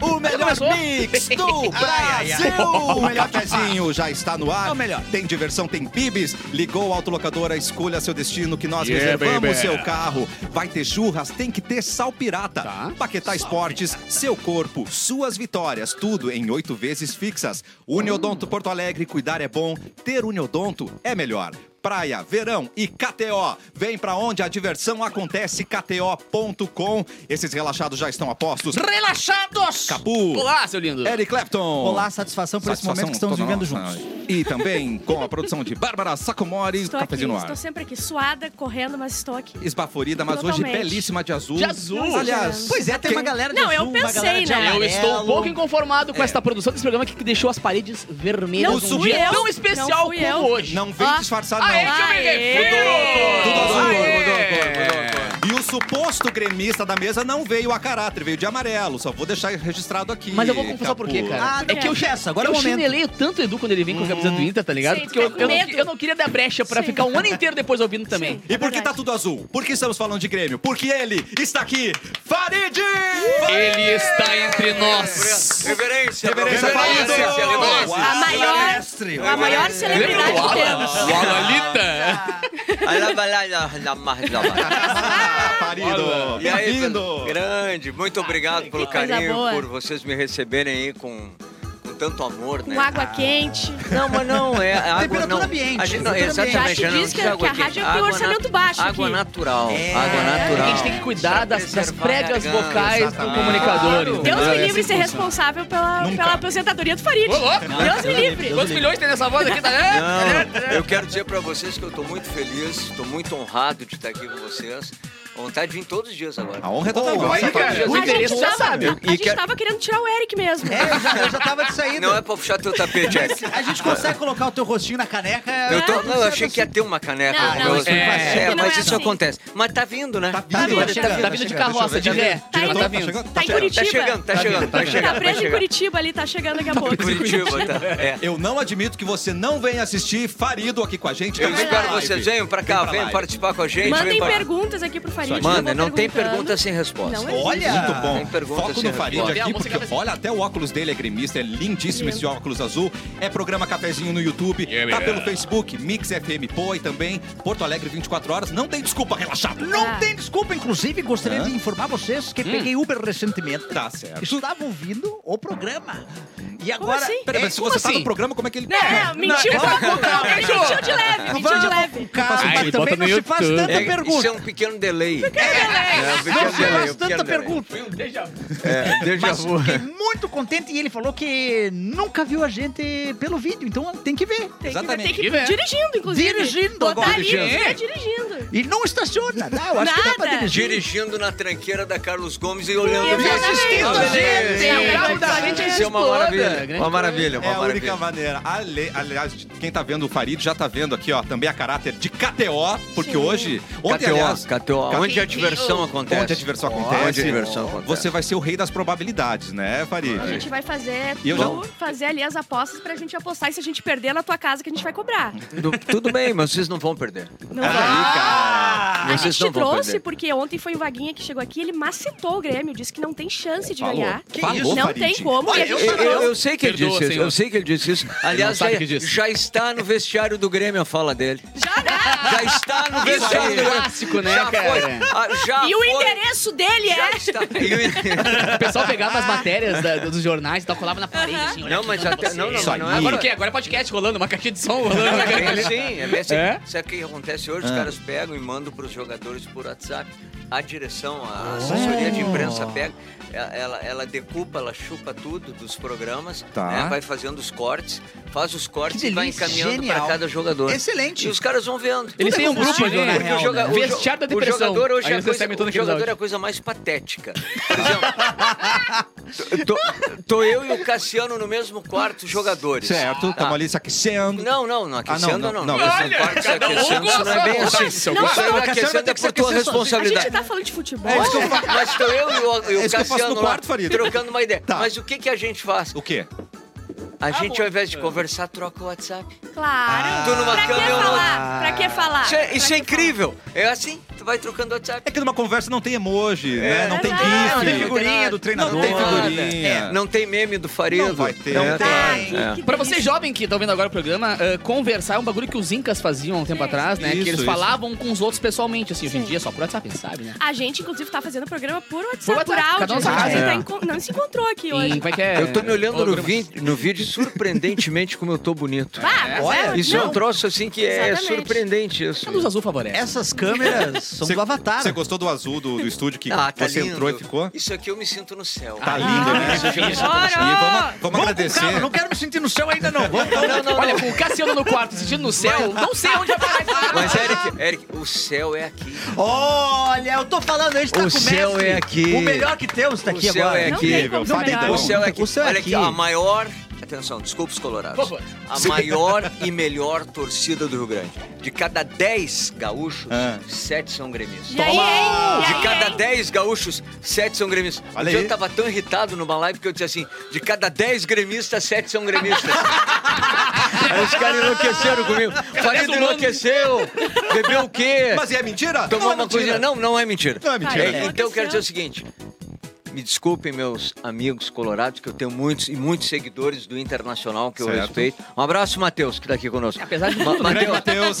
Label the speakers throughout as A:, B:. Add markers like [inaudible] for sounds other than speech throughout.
A: o melhor
B: [laughs]
A: mix do
B: Ai, ai, ai.
A: Brasil. [laughs] O melhor pezinho já está no ar.
B: É o melhor.
A: Tem diversão, tem pibes. Ligou o autolocadora, escolha seu destino que nós
C: Yeah,
A: reservamos
C: baby.
A: seu carro. Vai ter churras, tem que ter sal pirata.
C: Tá.
A: Paquetá Esportes, seu corpo, suas vitórias, tudo em oito vezes fixas. Uniodonto Porto Alegre, cuidar é bom, ter Uniodonto é melhor. Praia, verão e KTO. Vem pra onde a diversão acontece, KTO.com. Esses relaxados já estão a postos.
B: Relaxados!
A: Capu.
C: Olá, seu lindo.
A: Eric Clapton.
D: Olá, satisfação por esse
A: Satisfação Ah,
D: momento que estamos
A: toda
D: vivendo
A: nossa.
D: juntos.
A: E também com a produção de Bárbara Sacomori,
E: Estou aqui,
A: cafezinho no ar.
E: estou sempre aqui, suada, correndo, mas estou aqui.
A: Esbaforida, mas hoje
E: Totalmente.
A: belíssima de azul.
C: De azul.
A: Aliás,
D: Pois é, tem uma galera de
E: Não, eu
D: azul, uma
E: pensei,
D: galera de
E: né?
C: Eu
D: amarelo.
C: estou um pouco inconformado com esta produção desse programa que deixou as paredes vermelhas
E: Não
C: num
E: fui
C: dia
E: eu,
C: tão
E: não
C: especial
E: fui
C: como
E: eu.
C: hoje.
A: não vem
E: Ah.
A: disfarçado, não.
C: Ah, é que eu me
E: Aê!
C: refiro.
A: Tudo azul,
C: Aê!
A: mudou a cor, mudou
F: É.
A: a cor. E o suposto gremista da mesa não veio a caráter, veio de amarelo. Só vou deixar registrado aqui.
C: Mas eu vou confessar por quê,
A: Capu.
C: cara.
D: Ah,
C: é que eu
D: confessa, agora é
C: eu
D: o momento.
C: chineleio tanto o Edu quando ele vem com a camisa do Inter, tá ligado?
E: Sim, tu
C: Porque eu,
E: fica com
C: eu não,
E: medo.
C: eu não queria dar brecha pra
E: Sim.
C: ficar um ano inteiro depois ouvindo também.
E: Sim.
A: E por que tá tudo azul? Por que estamos falando de Grêmio? Porque ele está aqui, Farid!
C: Ele está entre nós.
A: Reverência,
F: Reverência, reverência,
A: Farid!
F: reverência.
E: A
A: é
E: maior, a maior
C: Lembra
E: celebridade
C: do
E: que
C: Alan?
F: né?
E: temos.
C: O Alalita?
F: Alá, balá, lá, lá, lá, lá.
A: [laughs] Ah, Farido!
F: E aí,
A: Bem-vindo!
F: Pedro? grande, muito obrigado pelo
E: coisa
F: carinho,
E: boa.
F: por vocês me receberem aí com, com tanto amor, né?
E: Com água quente.
F: Não, mas não, é água
D: Temperatura
F: não.
D: ambiente,
F: A gente não,
D: temperatura
E: ambiente.
F: exatamente,
E: Já te
F: não
E: disse que-
F: precisa
E: que a
F: água
E: rádio
F: quente.
E: tem
F: Água
E: orçamento
F: na-
E: baixo
F: Água
E: aqui.
F: natural,
D: É.
F: água natural.
C: A gente tem que cuidar das, das
F: Preservar
C: pregas
F: a garganta,
C: vocais do
F: exatamente.
C: comunicador.
D: Claro.
C: entendeu?
E: Deus me
C: Essa
E: livre
C: é a
E: ser
C: função.
E: responsável pela,
A: Nunca.
E: pela aposentadoria do Farid.
C: Ô, louco.
E: Deus me livre.
C: Quantos milhões tem nessa voz aqui, tá vendo?
F: Não, eu quero dizer pra vocês que eu tô muito feliz, tô muito honrado de estar aqui com vocês. Vontade de vir todos os dias agora.
A: A honra é toda
D: Oh,
A: nossa,
C: aí, cara.
A: Farid.
C: O
E: A
C: endereço
E: gente,
C: já
E: tava,
C: sabe.
E: a
F: E
E: gente
F: quero-
E: tava querendo tirar o Eric mesmo.
D: É, eu já, eu já tava de saída.
F: Não é pra puxar teu tapete, Jack.
D: A gente consegue colocar o teu rostinho na caneca.
F: Eu, tô-
D: é,
F: não, eu achei que ia ter uma caneca.
E: Não,
F: com
E: não,
F: meu-
D: isso não faz
F: é,
E: sentido.
F: mas
E: Não é
F: isso
E: assim.
F: acontece. Mas tá vindo, né?
D: Tá vindo,
C: Tá-
D: chegando,
C: Tá vindo de
D: chegando,
C: carroça, de ré.
E: Tá indo.
C: Tá vindo.
E: Tá em Curitiba.
F: Tá chegando, tá chegando, tá chegando.
E: Tá preso em Curitiba ali, tá chegando daqui a pouco.
F: Curitiba, tá. É.
A: Eu não admito que você não venha assistir Farido aqui com a gente.
F: Eu
A: também
F: espero
A: na
F: que
A: live.
F: vocês venham pra cá,
A: pra
F: venham
A: live.
F: participar com a gente.
E: Mandem
F: venham pra-
E: perguntas aqui pro Farid.
F: Manda,
E: eu vou
F: não tem
E: perguntando.
F: pergunta assim. sem resposta. É,
E: Não existe.
A: Olha, muito
F: Tem
A: bom.
F: pergunta,
A: Foco
F: sim,
A: no Farid
C: Tem a
A: aqui,
C: música
A: porque
C: vai ser-
A: olha, até o óculos dele é gremista, é lindíssimo esse óculos azul. É programa Cafezinho no YouTube,
C: Yeah,
A: tá
C: yeah.
A: pelo Facebook, Mix FM Poi também, Porto Alegre 24 horas. Não tem desculpa, relaxado.
D: Não
E: Ah.
D: tem desculpa, inclusive, gostaria
A: Hã?
D: de informar vocês que peguei Uber recentemente.
A: Tá certo.
D: Estava ouvindo o programa. E agora.
E: assim?
A: Peraí,
D: É,
A: mas se
C: como
A: você tá
C: assim?
A: no programa, como é que ele...
E: Não, mentiu um pouco, não. Mentiu de leve, mentiu de
D: vamos
E: leve.
D: com Calma,
C: Ah, ele
D: também
C: bota
D: não
C: no
D: se faz
C: YouTube.
D: tanta
F: É, isso
D: pergunta.
F: é um pequeno delay. É, um
D: Não
F: pequeno
D: se
F: delay,
D: faz
F: um pequeno
D: tanta
F: delay.
D: pergunta.
F: É, déjà
D: Mas
F: vu.
D: fiquei muito contente e ele falou que nunca viu a gente pelo vídeo, então tem que ver.
E: Tem
A: Exatamente.
E: Que, tem
C: Vive, é.
E: que, dirigindo, inclusive.
D: Dirigindo
E: Botar
D: agora.
E: ali,
C: Dirigindo.
E: é, dirigindo.
D: E não estaciona, tá? Eu acho que dá pra
E: Nada.
D: dirigir.
F: Dirigindo na tranqueira da Carlos Gomes e olhando
E: Exatamente.
F: Ah,
D: Assistindo a
F: beleza.
D: gente.
C: O carro da
F: Isso
C: gente
F: é uma
C: exploda.
F: maravilha.
C: Grande
F: Uma maravilha,
A: É
F: uma
A: a única maneira.
F: maravilha.
A: Ale- aliás, quem tá vendo o Farid já tá vendo aqui, ó, também a caráter de KTO, porque hoje, ontem, aliás,
F: KTO,
A: Ca-
F: é onde é a diversão acontece.
A: onde a diversão
F: Onde é
A: acontece,
F: a diversão acontece.
A: você vai ser o rei das probabilidades, né, Farid?
F: É.
E: A gente vai fazer
A: E eu já-
E: tu fazer ali as apostas pra gente apostar. E se a gente perder na tua casa, que a gente vai cobrar.
F: Du- Tudo bem, mas vocês não vão perder.
E: Não
A: Olha
E: vai.
A: aí, cara.
E: Ah, a
F: Ah, vocês
E: gente
F: não
E: te
F: vão
E: trouxe
F: perder.
E: porque ontem foi o Vaguinha que chegou aqui, ele macitou o Grêmio, disse que não tem chance de
A: Falou.
E: ganhar.
A: Que Falou,
E: não
A: Farid.
E: tem como. e a
F: Eu,
E: gente
F: eu-
E: trouxe.
F: eu sei que ele
C: Perdoa,
F: disse isso.
C: senhor.
F: Eu sei que ele disse isso. Aliás, já,
C: sabe o que disse.
F: já está no vestiário do Grêmio a fala dele.
E: Já dá.
F: Já
E: [laughs]
F: está no
C: Isso é um
F: vestiário do Grêmio.
C: clássico, né,
F: Já foi.
C: cara?
F: Ah, já
E: É. E o
F: foi.
E: endereço dele
F: Já
E: é.
F: está. E o endereço-
C: O pessoal pegava as matérias da- dos jornais e tal, colava na parede, assim, olha
F: Não,
C: aqui,
F: mas
C: olha pra
F: até-
C: você.
F: não, não,
A: Isso
F: mas não é
A: aí.
C: Agora o quê? Agora é podcast rolando, uma caixinha de som rolando. na
F: É
C: garganta.
F: bem assim, é bem assim.
C: É?
F: Sabe o que acontece hoje? Os caras pegam e mandam para os jogadores por WhatsApp. A direção, a assessoria de imprensa pega, ela, ela- ela decupa, ela chupa tudo dos programas,
A: Tá.
F: né? vai fazendo os cortes, faz os cortes
D: Que
F: e vai
D: delícia,
F: encaminhando para
D: genial.
F: cada jogador.
D: Excelente.
F: E os caras vão vendo.
C: Eles têm um
D: Tudo é
C: grupo ali,
D: possível,
C: né?
D: na
F: Porque o,
D: real,
F: joga-
D: né?
F: o jo-
C: Vestiário da
F: o
C: depressão.
F: jogador hoje
C: Aí
F: é a
C: eles
F: coisa,
C: recebem todo
F: o
C: aquele
F: jogador
C: áudio.
F: é a coisa mais [laughs] patética. Por exemplo, tô, tô eu e o Cassiano no mesmo quarto, jogadores.
A: Certo,
F: Tá.
A: estamos ali se aquecendo.
F: Não, não, não
A: Ah,
F: aquecendo
A: não, não,
F: não.
A: não.
F: Esse
C: Olha,
F: quarto se
C: cada um
F: aquecendo, isso não é bem
C: gosta-
F: assim.
C: Seu
F: Não,
E: quarto.
F: não,
D: Cassiano
F: aquecendo
D: tem
F: é
D: que
F: por
D: se aquecer
F: tua
D: sozinho.
E: A gente
F: responsabilidade.
E: tá falando de futebol.
A: É isso que eu faço.
F: Mas tô eu e o, e o
A: É isso que eu faço
F: Cassiano
A: no
F: lá,
A: quarto, Farid.
F: trocando uma ideia.
A: Tá.
F: Mas o que, que a gente faz?
A: O quê?
F: A gente, ao invés de conversar, troca o WhatsApp.
E: Claro.
F: Tu Ah, numa
E: pra que
F: câmera, eu não-
E: falar? Pra que falar?
F: Isso é,
E: Pra
F: isso
E: que
F: é incrível. É assim. tu vai trocando WhatsApp. Ah,
A: É que numa conversa não tem emoji, né? Não tem
E: verdade.
A: GIF.
E: Não tem
F: nada.
B: figurinha do treinador.
A: Não tem
F: nada.
A: figurinha.
F: É, não tem meme do Farido.
A: Não vai ter.
F: Não
E: Ai,
F: tem. É.
E: que
C: Pra
E: delícia.
C: você jovem que tá ouvindo agora o programa, eh, conversar é um bagulho que os incas faziam há um tempo atrás, né?
A: Isso,
C: que eles
A: isso.
C: falavam com os outros pessoalmente, assim. Hoje em
E: Sim.
C: dia é só por WhatsApp, sabe, né?
E: A gente, inclusive, tá fazendo o programa por
C: Por
E: WhatsApp, por,
C: WhatsApp, cada um
E: áudio.
C: na sua
E: a gente
F: casa.
E: tá
F: É.
E: enco- não se encontrou aqui
C: E
E: hoje.
C: como é que é?
F: Eu tô me olhando no,
C: Hologramas.
F: vi- no vídeo surpreendentemente como eu tô bonito.
E: Ah, mas
D: Olha,
E: é,
F: Isso é
E: não.
F: um troço assim que é
E: Exatamente.
F: surpreendente isso.
C: A é luz azul favorece.
D: Essas câmeras são
A: Cê-
D: do Avatar.
A: Você gostou do azul do, do estúdio que
F: Ah, tá
A: você
F: lindo.
A: entrou e ficou?
F: Isso aqui eu me sinto no céu. Ah,
A: Tá lindo, né? E vamos, vamos
D: Vamos com
A: agradecer.
D: calma, não quero me sentir no céu ainda não. então, Vamos-
F: Não, não,
C: Olha, com o Cassiano no quarto, sentindo no céu, não sei onde vai
F: [laughs]
C: parar. isso.
F: Mas, Eric, Eric, o céu é aqui.
D: Olha, eu tô falando, a gente tá
F: O
D: com o
F: céu
D: mestre.
F: é aqui.
D: O melhor que temos tá
F: O
D: aqui
F: céu
D: agora.
F: é
E: Não
F: aqui.
E: tem como ser
A: Fábio,
E: melhor.
F: O céu é aqui.
D: O céu é
F: Olha
D: aqui.
F: aqui, a maior. Atenção, desculpa os colorados.
C: Por favor.
F: A maior e melhor torcida do Rio Grande. De cada 10 gaúchos,
A: Ah.
F: 7 são gremistas.
E: E aí, hein? E aí,
F: De cada
E: hein?
F: 10 gaúchos, 7 são gremistas. Um
A: Olha
F: dia
A: aí.
F: eu tava tão irritado numa live que eu disse assim: de cada 10 gremistas, 7
A: [laughs]
F: são gremistas. Aí os caras enlouqueceram comigo. Farido
C: humano.
F: enlouqueceu. Bebeu o quê?
A: Mas é mentira?
F: Tomou
A: Não é
F: uma
A: mentira.
F: coisa. Não, não é mentira.
A: Não é mentira.
E: Ai,
F: É, então eu quero dizer
E: aconteceu.
F: o seguinte. Me desculpem, meus amigos colorados, que eu tenho muitos e muitos seguidores do Internacional que
A: Certo.
F: eu respeito. Um abraço, Matheus, que tá aqui conosco.
C: Apesar de
F: Ma
C: tudo, né?
F: Mateus,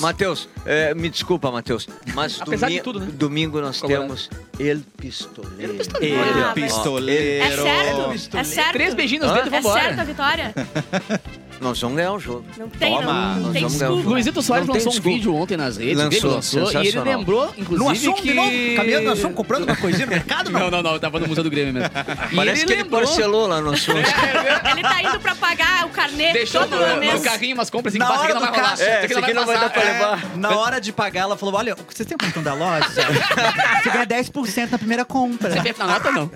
A: Matheus.
F: Matheus. é, me desculpa, Matheus, mas
C: [laughs] Apesar de
F: domi-
C: tudo, né?
F: domingo nós
C: Colorado.
F: temos El Pistoleiro. é
E: Ah,
A: Ele,
E: mas-
A: pistoleiro.
E: É certo? É certo?
C: Três beijinhos nos
F: Hã?
C: dedos e
E: É certo a
C: vambora.
E: vitória?
F: Nós vamos ganhar o jogo.
E: Não tem,
A: Toma.
E: não. Não tem
F: Nós vamos ganhar o
E: desculpa.
F: jogo.
C: Luizito Soares
F: Não tem
C: lançou um
F: desculpa.
C: vídeo ontem nas redes,
F: Lançou,
C: veio que lançou, e ele
F: sensacional.
C: lembrou,
D: No
C: inclusive,
D: assunto
C: que...
D: de novo, caminhando no assunto, comprando uma coisinha no mercado, não.
C: Não, não, não, eu tava no Museu do Grêmio
F: [laughs]
C: mesmo. E
F: Parece
C: ele
F: que
C: lembrou,
F: ele parcelou lá no assunto.
E: Ele tá indo pra pagar o carnê
C: deixou
E: todo
C: no,
E: no
C: no
E: mês.
C: carrinho umas compras, assim,
D: Na
C: que passa,
D: hora
C: que não
D: do
C: vai rolar.
D: caixa.
F: [laughs] É,
C: isso aqui
F: esse aqui não vai
C: passar.
F: dar pra levar.
D: É, Na hora de pagar, ela falou: Olha, vocês têm o cartão da loja?
F: [laughs]
D: Você ganha 10% na primeira compra.
C: Você vê na nota,
D: [laughs]
C: não.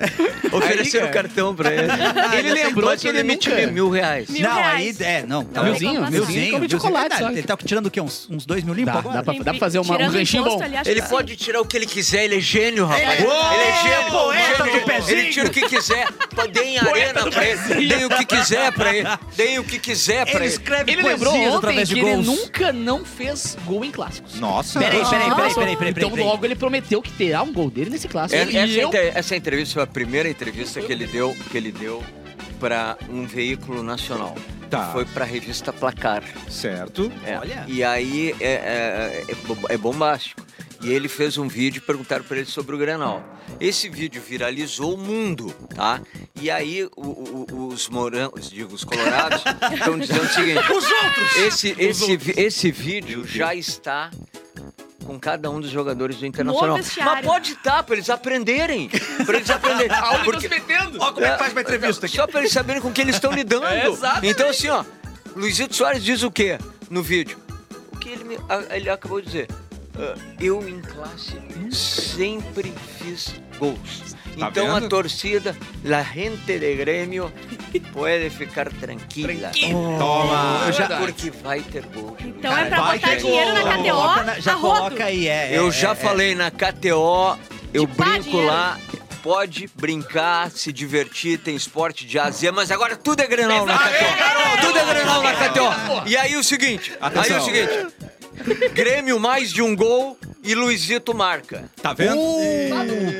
F: Ofereceram
C: [laughs] Aí,
F: o cartão pra ele.
C: Ele lembrou
F: Mas
C: que
F: o
C: ele
F: limite
C: nunca-
F: é mil reais.
E: Mil
D: não,
E: reais.
D: aí. É, não.
E: tem
C: Milzinho,
E: como
C: milzinho,
E: passar.
D: Milzinho,
C: come
D: milzinho,
C: chocolate,
D: é verdade.
C: é só.
D: Ele tá tirando o quê? Uns, uns dois mil limpo
C: Dá,
D: agora?
C: dá pra, dá pra fazer uma, um
E: Tirando o
C: ranchinho bom.
E: imposto, acho
F: Ele
E: que sim.
F: pode tirar o que ele quiser, ele é gênio, rapaz.
D: É. Uou!
F: Ele é gênio.
D: Poeta
F: gênio.
D: do pezinho.
F: Ele tira o que quiser. Pô, Deem arena pra ele. Deem o que quiser pra ele. Deem o que quiser pra
D: Ele
F: ele.
D: escreve
C: Ele
D: poesias
C: lembrou ontem
D: através
C: que
D: de
C: ele
D: gols.
C: nunca não fez gol em clássicos.
A: Nossa.
D: Peraí,
A: Ah.
D: peraí, peraí, peraí, peraí.
C: Então
D: peraí, peraí.
C: logo ele prometeu que terá um gol dele nesse clássico.
F: É-
C: e
F: Essa,
C: eu...
F: inter- essa entrevista foi a primeira entrevista que ele deu, que ele deu pra um veículo nacional.
A: Tá.
F: Foi pra revista Placar.
A: Certo.
F: É.
D: Olha.
F: E aí é, é- é bo- é bombástico. E ele fez um vídeo e perguntaram pra ele sobre o Grenal. Esse vídeo viralizou o mundo, tá? E aí o- o- o- os morangos, digo, os [laughs] colorados, estão dizendo o seguinte... Os outros! Esse, esse, vi- esse vídeo já está com cada um dos jogadores do Internacional.
E: vestiário.
F: Mas pode estar, pra eles aprenderem. Pra eles aprenderem. [laughs] Porque-
D: Ó, como é que faz pra entrevista aqui?
F: só pra eles saberem com que eles estão lidando.
C: É, exatamente.
F: então, assim, ó, Luizito Soares diz o quê no vídeo? O que ele, me- a- ele acabou de dizer. Ah, eu, em classe, sempre fiz gols.
A: Tá
F: então,
A: vendo?
F: a torcida, la gente de Grêmio, pode ficar tranquila. Ah,
A: Toma.
C: Eu já-
F: Porque vai ter gol. de
E: Então
F: Luizito.
E: é pra
A: É Vai
E: botar
A: que
E: dinheiro na
A: gol.
D: Coloca
E: KTO,
D: na-
E: a
D: Já
E: rodo.
D: coloca aí, é.
F: Eu
D: é,
F: já
D: é.
F: falei na KTO, eu
E: De pá,
F: brinco
E: dinheiro.
F: lá. Pode brincar, se divertir, tem esporte de azia, mas agora tudo é Grenal na KTO. Tudo é Grenal na KTO. E aí o seguinte, aí
A: Atenção.
F: o seguinte. Grêmio mais de um gol e Luizito marca.
A: Tá vendo?
D: Uh,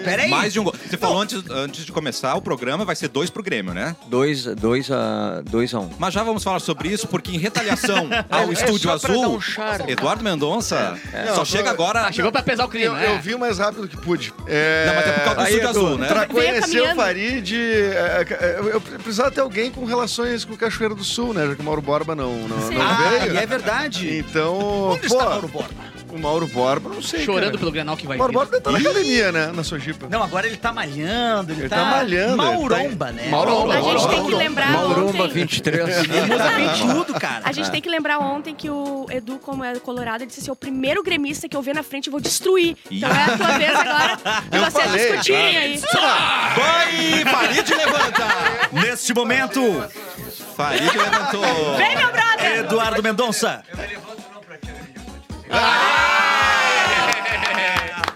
D: peraí.
A: Mais de um gol. Você falou antes, antes de começar o programa, vai ser dois pro Grêmio, né?
F: 2 dois a, dois a um.
A: Mas já vamos falar sobre isso, porque em retaliação ao
B: É, é
A: Estúdio
F: só pra dar
A: Azul,
F: um charme.
A: Eduardo Mendonça
B: Não,
A: só
B: eu-
A: chega agora.
C: Ah, chegou pra pesar o crime,
B: Eu,
C: né?
B: eu vi o mais rápido que pude. É,
A: Não, mas é por causa do Estúdio
B: Edu,
A: Azul, né?
B: Pra
E: Veio
B: conhecer
E: caminhando.
B: o Farid, é, é, eu, eu precisava ter alguém com relações com o Cachoeiro do Sul, né? Já que o Mauro Borba não, não,
E: Sim.
B: não
D: Ah,
B: veio.
D: e é verdade.
B: Então,
D: Onde
B: pô,
D: está Mauro Borba?
B: o Mauro Borba, não sei,
C: Chorando
B: cara.
C: pelo Grenal que vai
B: O Mauro
C: vir.
B: Borba tá na academia, né? Na Sojipa.
D: Não, agora ele tá malhando, ele,
B: Ele tá malhando, ele tá-
D: Mauromba, né?
B: Mauromba,
E: A gente tem
B: Mauromba.
E: que lembrar
F: Mauromba
E: ontem...
F: 23.
D: Muda bem tudo, cara.
E: A gente tem que lembrar ontem que o Edu, como é colorado, ele disse assim, o primeiro gremista que eu ver na frente eu vou destruir. Então é a tua vez [laughs] agora de
B: Eu
E: vocês
B: falei,
E: discutirem
B: claro.
E: aí.
A: Vai, Farid levanta! Neste momento, Farid levantou.
E: Vem, meu brother!
D: Eduardo Mendonça.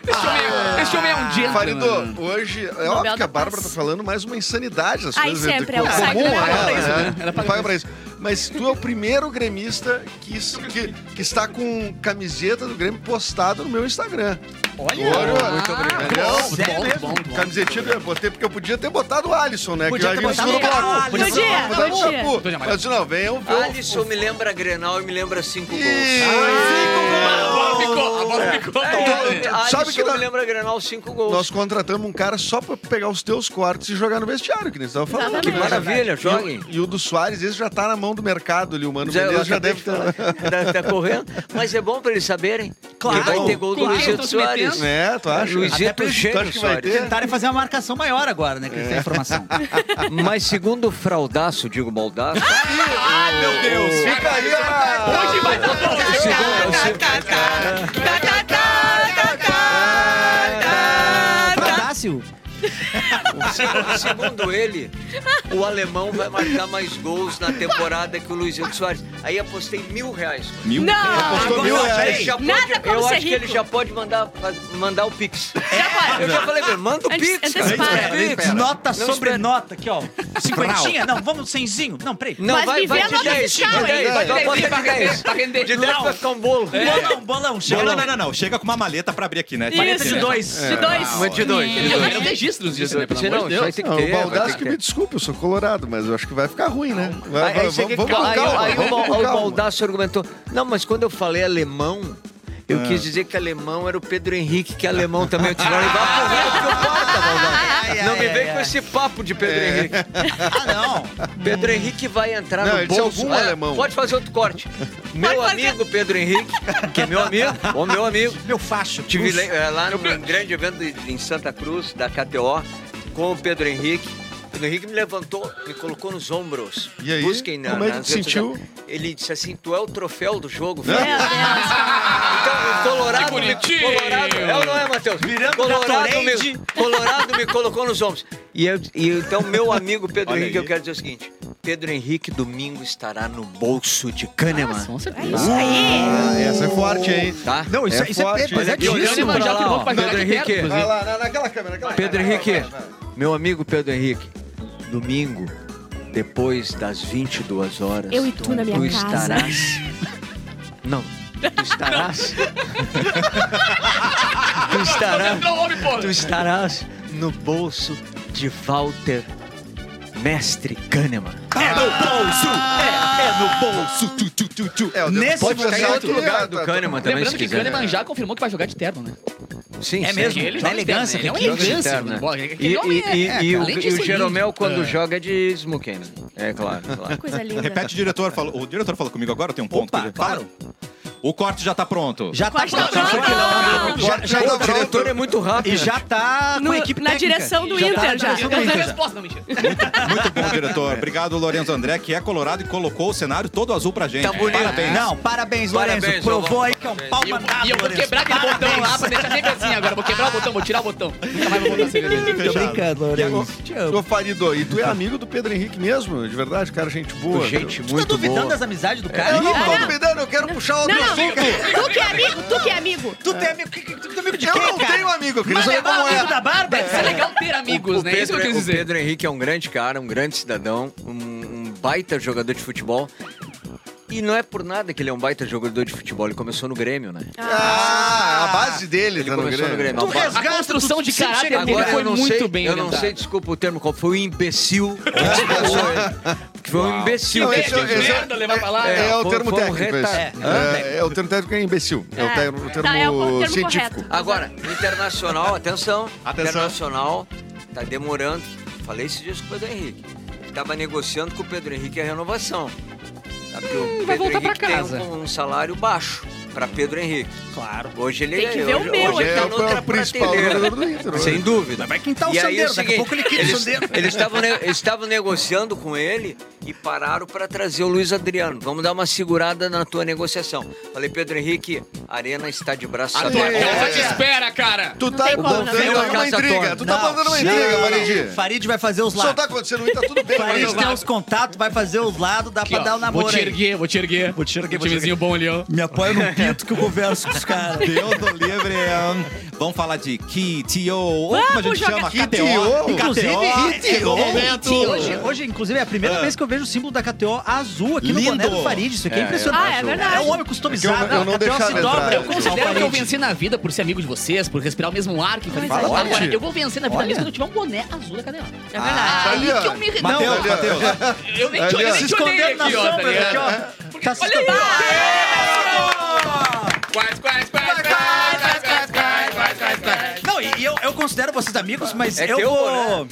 C: Esse homem, esse homem é um gentleman.
B: Farido, hoje é óbvio
E: da
B: que a
E: Paz.
B: Bárbara tá falando mais uma insanidade nas
E: Ai,
B: coisas.
E: sempre,
B: é
E: é o
B: comum
E: saco
B: a
E: dela.
C: Ela
B: ela,
C: paga pra isso,
B: né?
C: né? Ela
B: Ela
C: paga pra
B: paga pra isso. mas tu é o primeiro gremista que, s- que- que está com camiseta do Grêmio postada no meu Instagram.
D: Olha!
B: Olha, Ah,
F: muito obrigado.
B: Legal.
C: Ah, Bom, bom, bom, bom.
B: Camisetinha do Tá eu botei porque eu podia ter botado o Alisson, né?
D: Podia
B: que
D: ter
B: já vinha
D: botado
B: no segundo
E: o
B: bloco.
E: Alisson. Podia,
B: Mas aí,
E: podia.
B: pô,
C: Podia, mas-
B: Mas não, venham ver. o-
F: Alisson me lembra Grenal e me lembra cinco
B: Ih,
F: gols.
C: A bola picou, a bola picou.
F: É,
B: tu-
F: Alisson
B: sabe que
F: me
B: nós-
F: lembra Grenal cinco gols.
B: Nós contratamos um cara só pra pegar os teus cortes e jogar no vestiário, que nem você tava falando.
E: Exatamente.
B: Que
F: Maravilha, joguem.
B: E o do Soares, esse já tá na mão do mercado ali. O Mano
F: Já,
B: Menezes já
F: acabei
B: deve
F: de falar. [laughs]
B: [laughs]
F: Tá- tá correndo. Mas é bom pra eles saberem.
D: Claro.
F: Que vai ter gol do
C: Claro,
F: Luizito
C: tô se
F: Soares.
C: metendo.
B: Né, tu acha?
D: Até
F: Luizito
D: pra-
B: tu
F: Gênio
B: acha que vai
F: Soares.
B: ter?
D: Tentaram fazer uma marcação maior agora, né? Que eles têm a informação.
F: [laughs] Mas segundo o Fraudaço, digo Baldaço,
A: Ai, meu Deus.
B: Fica aí, ó.
C: Hoje vai
F: é,
C: dar bom.
F: segundo,
D: Pradácio.
F: se- segundo ele, o alemão vai marcar mais gols na temporada que o Luizito Soares. Aí apostei mil reais.
A: Mil
E: Não!
B: Custou
F: eu
B: mil
F: acho, que
B: reais.
F: ele já pode,
E: Nada como
F: eu
E: ser
F: acho que ele
E: rico.
F: já pode mandar, mandar o Pix.
E: Já pode.
F: Eu já falei, pra ele, manda o
E: Antes-
F: Pix. cara.
E: antecipa.
F: Manda o
E: Espera,
F: Pix.
D: Nota
F: Não
D: sobre
F: espera.
D: nota aqui, ó. Cinquentinha? Não, vamos cenzinho. Não, peraí.
F: Não,
E: Mas
F: vai,
E: me vê
F: vai
E: a
F: de
E: nota
F: 10, de
E: fiscal, hein?
F: 10,
E: Vai
F: vai,
E: de
F: bota de 10.
C: Tá rendendo.
F: De 10 vai ficar um bolo.
E: É.
D: Bolão, bolão, chega.
A: Não, não,
D: lá.
A: não, não, não. Chega com uma maleta pra abrir aqui, né?
E: Isso.
D: de dois.
B: É,
E: De dois.
F: Mas de dois, de
C: Eu
F: dois.
C: quero registros disso, né? Pelo
F: Não,
C: amor de
F: isso aí
C: Deus.
F: tem que
B: Ah,
F: ter,
B: o
F: vai
B: Baldasso
F: ter
B: que
F: que
B: me
F: ter.
B: desculpe, eu sou colorado, mas eu acho que vai ficar ruim, né? Vai,
F: Aí,
B: vai,
F: aí você
B: vamos
F: quer-
B: vamos com
F: aí-
B: calma.
F: aí o
B: vamos
F: Bal-
B: com
F: aí o
B: calma.
F: Baldasso argumentou. Não, mas quando eu falei alemão, eu
B: É.
F: quis dizer que alemão era o Pedro Henrique, que é alemão também. Eu disse, não, vai pro resto que eu bota, Baldasso. Não me vem com esse papo de Pedro Henrique.
D: Ah, não.
F: Pedro Henrique vai entrar
B: É. Não,
F: no
B: ele disse
F: bolso. É,
B: algum alemão.
F: Pode fazer outro corte. Meu amigo Pedro Henrique, que é meu amigo, ô meu amigo.
D: Meu facho.
F: Tive lá, eh, lá num grande evento de- em Santa Cruz, da KTO, com o Pedro Henrique. O Pedro Henrique me levantou, me colocou nos ombros.
B: E aí?
F: Busquem na,
B: Como é que
F: nas
B: tu
F: redes
B: sentiu?
F: sociais. Ele disse assim, tu é o troféu do jogo, filho.
E: Meu Deus.
F: Então, o Colorado,
C: Que
F: me,
C: bonitinho.
F: Colorado, é ou não é, Matheus?
D: Virando
F: Colorado me,
D: Gatorade.
F: Colorado me colocou nos ombros. E, eu- e então, meu amigo Pedro
A: Olha
F: Henrique,
A: aí.
F: eu quero dizer o seguinte: Pedro Henrique domingo estará no bolso de Kahneman.
C: Com
E: É
C: certeza.
E: isso aí.
B: Ah, essa é forte, hein?
F: Tá?
D: Não, isso é, isso é
B: forte.
F: E olhando
D: pesadíssimo.
F: pra
C: já
F: lá,
C: firmou
F: ó,
C: pra jogar
F: Pedro
C: aqui perto,
F: Henrique.
B: Vai lá, na- naquela câmera, naquela
F: Pedro
B: câmera,
F: Henrique,
B: vai, vai, vai.
F: meu amigo Pedro Henrique, domingo, depois das 22 horas.
E: Eu e tu na minha
F: tu
E: casa. [laughs]
F: estarás. Não, tu
C: [laughs]
F: estarás. tu
C: É
F: estarás. Tu estarás no bolso de Walter Mestre Kahneman.
A: É no bolso! É, é no bolso! Tu, tu, tu, tu.
B: É, o dedo
D: Nesse
B: pode
F: Tá
B: ficar
F: em outro lugar do Kahneman também,
C: Lembrando
F: se
C: que
F: quiser.
C: Kahneman já confirmou que vai jogar de terno, né?
F: Sim,
D: É
F: sim.
D: mesmo?
C: Ele
D: Na
C: joga de
D: elegância,
C: terno, né?
D: que
C: Ele é um elegância.
F: Externo.
C: mano. Bom, aquele
F: né? E,
C: homem é-
F: e-
C: é,
F: e o,
C: além de
F: e o
C: ser
F: Jeromel,
C: lindo,
F: quando
C: é.
F: joga, é de smoking. né? É claro, claro.
E: Coisa linda.
A: Repete, o diretor. falou- o diretor falou comigo agora, tem um ponto.
D: Opa,
A: que ele- Fala.
D: claro.
A: O corte já tá pronto.
D: Já tá
E: Corte na
D: pronto.
E: bola.
B: Já- já
F: Pô,
B: tá
F: o diretor
B: pronto.
F: é muito rápido.
D: E já tá com
E: No-
D: a equipe
E: na
D: técnica.
E: direção do
D: tá
E: Inter,
D: na
E: já.
D: direção do
C: Eu não
D: Inter.
C: tenho resposta, não, mentira.
A: Muito bom, diretor. Obrigado, Lorenzo André, que é colorado e colocou o cenário todo azul pra gente.
F: Tá bonito.
A: Parabéns.
D: Não, parabéns, Lourenço.
F: Parabéns,
D: Provou
F: João.
D: aí que é um pau
C: E eu-
D: mandado,
C: E eu vou
D: Lourenço.
C: quebrar aquele botão
D: Parabéns.
C: lá pra deixar regazinha agora. Vou quebrar o botão, vou tirar o botão. Nunca mais vou assim. botar cerveja.
D: Tô
A: Fechado.
D: brincando, Lourenço. Te amo.
B: Ô, Farido, e tu é amigo do Pedro Henrique mesmo? De verdade, cara, gente boa.
F: Gente,
D: Tu tá
F: muito
D: duvidando
F: boa.
D: das amizades do
B: Eu
D: cara?
B: não tô
E: Não.
B: duvidando, eu quero puxar outro
E: Não,
B: assunto.
E: não. Tu que é amigo, tu que é amigo.
D: Tu tem amigo, que- que- tu tem amigo de
B: Eu
D: quem,
B: não
D: cara?
B: tenho amigo, eu queria
D: Mas
B: saber
D: levar
B: como
D: amigo
B: é.
D: da barba?
C: É legal ter amigos,
F: O
C: né? É Isso que eu
F: Pedro,
C: quis
F: o
C: dizer.
F: Pedro Henrique é um grande cara, um grande cidadão, um, um baita jogador de futebol. E não é por nada que ele é um baita jogador de futebol. Ele começou no Grêmio, né?
B: Ah, a base dele
F: Ele
B: tá no
F: começou no
B: Grêmio.
F: Grêmio.
D: Tu
F: Uma ba-
D: resgata
C: A construção de
D: tu sempre
C: caráter
D: chega
C: dele
F: Agora,
C: foi
F: eu não
C: muito
F: sei,
C: bem
F: Eu não
C: orientada.
F: sei, desculpa o termo, qual foi o imbecil que expulsou ele. Porque
C: [laughs]
F: foi um imbecil.
B: Não,
F: que
B: esse-
F: expulsou ele.
B: esse-
C: Merda, levar pra lá.
B: É, é o
F: Foi-
B: termo
F: foi um
B: técnico esse.
F: reta-
B: É, é o termo técnico é imbecil. É, o
E: É.
B: termo, o termo
E: Tá, é o termo
B: científico.
E: correto.
F: Agora, internacional, atenção.
A: Atenção.
F: Internacional, tá demorando. Falei esses dias com o Pedro Henrique. Ele tava negociando com o Pedro Henrique a renovação. Tá? Porque o
C: vai
F: Pedro
C: voltar pra
F: Henrique
C: casa.
F: tem um, um salário baixo para Pedro Henrique.
D: Claro.
F: Hoje ele
E: Tem que ver o
F: hoje,
E: meu,
F: hoje ele
B: É,
F: tá
B: o- é
F: noutra
B: o principal
F: prateleira.
B: jogador do Inter. né? hoje.
F: Sem dúvida.
D: Vai quintar o
F: E aí é
D: sandeiro,
F: o
D: daqui a pouco ele quita o
F: eles,
D: sandeiro.
F: eles estavam ne- eles estavam negociando com ele e pararam para trazer o Luiz Adriano. Vamos dar uma segurada na tua negociação. Falei, Pedro Henrique, a Arena está de braço
C: A tua
F: aberto.
C: casa te espera, cara.
B: Tu tá
E: tem como,
B: plantando
E: né?
F: Não,
B: uma
F: casa
B: intriga.
F: torna.
B: Tu tá
D: Não,
B: plantando uma
D: não,
B: intriga,
D: não, não.
B: Maridi.
D: Farid vai fazer os
B: Só
D: lados.
B: tá acontecendo ruim, tá tudo bem.
D: Farid
B: Maridi.
D: tem os contatos, vai fazer os lados, dá
C: Aqui,
D: pra
C: ó.
D: dar o namoro
C: Vou te
D: aí.
C: erguer, vou te erguer.
D: Vou te erguer,
C: Um
D: vou te
C: timezinho bom ali, ó.
D: Me apoia no pinto que eu converso com os caras.
A: Deus do livre. Vamos falar de KTO, ou como a gente
E: Vamos jogar-
A: chama,
B: KTO.
A: KTO.
D: [laughs] Inclusive,
A: KTO, chegou o
D: é,
A: momento.
D: sim, hoje, hoje, inclusive, é a primeira
A: Ah.
D: vez que eu vejo o símbolo da KTO azul aqui
A: Lindo.
D: no boné do Farid. Isso aqui é,
F: É,
D: impressionante.
E: Ah, é verdade.
D: um homem customizado.
B: É que eu- eu não
D: a KTO se
B: deixava
D: dobra.
B: entrar.
C: Eu
B: É,
C: considero que eu
D: Farid.
C: venci na vida por ser amigo de vocês, por respirar o mesmo ar que Farid.
E: Coisa
C: Agora,
B: boa.
C: eu vou vencer na vida
D: Olha.
C: mesmo quando eu tiver um boné azul da cadeira.
E: É verdade.
B: tá
C: Aí
B: ali, ó.
C: que eu me... Não,
A: Mateus,
B: olha.
A: Mateus.
C: eu nem
B: ali,
C: te eu nem
B: ó.
D: Se
C: te olhei
D: escondendo na
C: aqui, ó, tá
D: sombra.
C: ligado?
D: aqui, ó. Tá se
C: Olha aí.
D: escondendo.
C: Quais, quais, quais, quais, quais, quais, quais, quais, quais, quais.
D: Não, e eu, eu considero vocês amigos, mas
F: É
D: eu né?
F: teu
D: vou...
F: boné.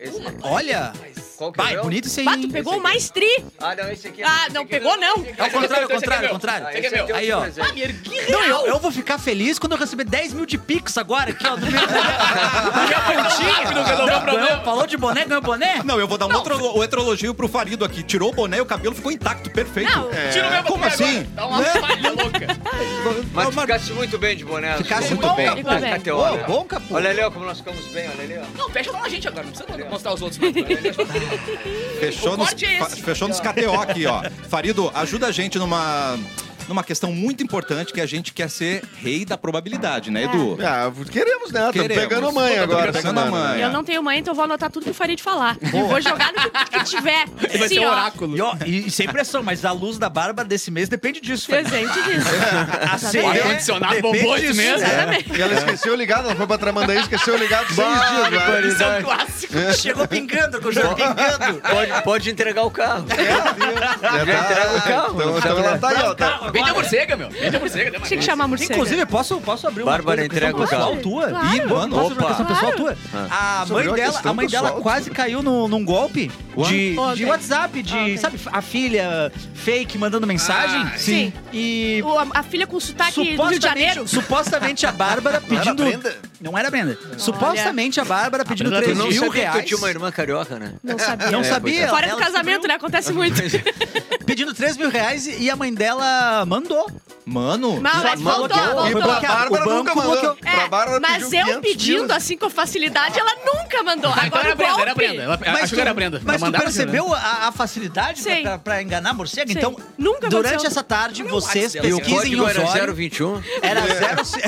F: Esse-
D: Olha,
F: Qual que é o
D: vai,
F: meu?
D: bonito isso aí.
E: Bah, tu pegou o mais tri.
F: Ah, não, esse aqui é-
E: Ah,
F: esse
E: não
F: aqui
E: pegou, não.
F: esse aqui
D: Ao contrário, ao
C: Esse aqui é
D: contrário,
C: meu.
D: ao contrário.
F: Ah,
C: esse aqui é
F: esse aqui
C: meu.
F: é
D: Aí, ó.
F: presente.
C: Ah, me ergui [laughs]
D: Não,
C: real.
D: eu, eu vou ficar feliz quando eu receber 10 mil de pix agora, aqui, ó, do meu...
C: Minha pontinha que não resolveu o problema.
D: Falou de boné, ganhou boné?
A: Não, eu vou dar um outro, outro elogio pro Farido aqui. Tirou o boné e o cabelo ficou intacto, perfeito.
E: Não,
C: Tira o meu
A: Como
C: boné
A: assim?
C: agora. Dá uma falha louca.
F: Mas tu ficasse muito bem de boné.
D: Ficasse
F: azul.
D: muito Bom, bem.
F: Tá,
E: Igual bem.
F: tá teu,
D: Ô,
F: olha.
D: bom, capô.
F: Olha ali, ó, como nós ficamos bem,
D: [laughs]
F: olha ali, ó.
C: Não, fecha só a gente agora, não precisa mostrar os [laughs] outros. Não,
A: Fechou
C: O
A: nos,
C: corte é
A: fa-
C: esse.
A: fechou nos KTO aqui, ó. Farido, ajuda a gente numa, numa questão muito importante que a gente quer ser rei da probabilidade, né, Edu?
D: É.
B: Ah, queremos, né? Estamos
A: Queremos.
B: pegando a mãe
A: Tamo
B: agora.
A: pegando a mãe.
E: Eu não tenho mãe, então eu vou anotar tudo que o Farid falar. E vou jogar no que, que tiver.
C: Vai
E: Sim,
C: ser um
E: ó.
C: oráculo.
D: E, ó, e- e sem pressão, mas a luz da Bárbara desse mês depende disso. Fred.
E: Presente disso.
D: A
C: O
D: ceia
C: ar-condicionado
D: depende
C: bombou
D: disso.
C: esse mesmo. É
B: E ela esqueceu ligado, ela foi pra Tramandaí, esqueceu ligado seis dias. né?
D: Isso é um clássico. [laughs] Chegou pingando, com o jogo pingando.
F: Pode, pode entregar o carro.
B: Já
F: Já entrega o carro,
B: Então,
F: não
B: então ela tá aí, ó. tá-
C: Vende a morcega, meu. Vende a morcega. né,
E: Tinha que
C: Marcos?
E: chamar a morcega.
D: Inclusive, eu posso, posso abrir uma
F: Bárbara,
D: coisa,
F: entrega
D: questão
F: o
D: pessoal
F: carro.
D: tua?
E: Claro.
D: Ih, mano, posso abrir uma
F: Opa.
D: questão pessoal tua? A
B: Sobre
D: mãe
B: uma
D: dela,
B: questão
D: a mãe dela
B: pessoal,
D: quase caiu num, num golpe de, de
E: Ontem.
D: WhatsApp, de,
E: Ontem.
D: sabe, a filha fake mandando mensagem.
C: Ah,
E: sim.
D: E
E: O- a, a filha com sotaque Tá do Rio de Janeiro.
D: supostamente, supostamente a Bárbara pedindo...
B: Brenda?
D: Não era Brenda. Supostamente a Bárbara pedindo
C: Brenda, tu
D: 3
F: É, Tu não
D: mil
F: sabia que tu
D: reais.
F: tinha uma irmã carioca, né?
E: Não sabia.
D: Não
F: É, pois
D: sabia.
F: é.
E: Fora
D: Ela
E: do casamento, né? Acontece muito.
D: pedindo 3 mil reais e a mãe dela mandou.
A: Mano,
E: [laughs] Mas, mas
D: Mandou.
E: voltou,
B: E
D: Foi
E: voltou.
B: pra
D: bloqueado.
B: Bárbara
D: O banco
B: nunca mandou.
D: bloqueou.
E: É,
B: Pra Bárbara
E: mas
B: pediu
E: eu
B: 500
E: pedindo
B: pila.
E: assim com facilidade, ela nunca mandou.
C: Ah, então era
E: Agora o
C: a Brenda, era a
E: golpe.
C: Brenda. Ela- É, Acho que
D: tu-
C: era a Brenda.
D: mas
C: Ela
D: tu
C: mandava, né?
D: percebeu a, a facilidade
E: Sim.
D: pra, pra enganar a morcega?
E: Sim.
D: Então,
E: Nunca
D: durante
E: aconteceu.
D: essa tarde,
C: Olha o
D: vocês
C: WhatsApp dela,
F: O
D: pesquisem
F: código
D: os
F: era
D: olhos.
F: 021.
D: Era zero... [laughs] se-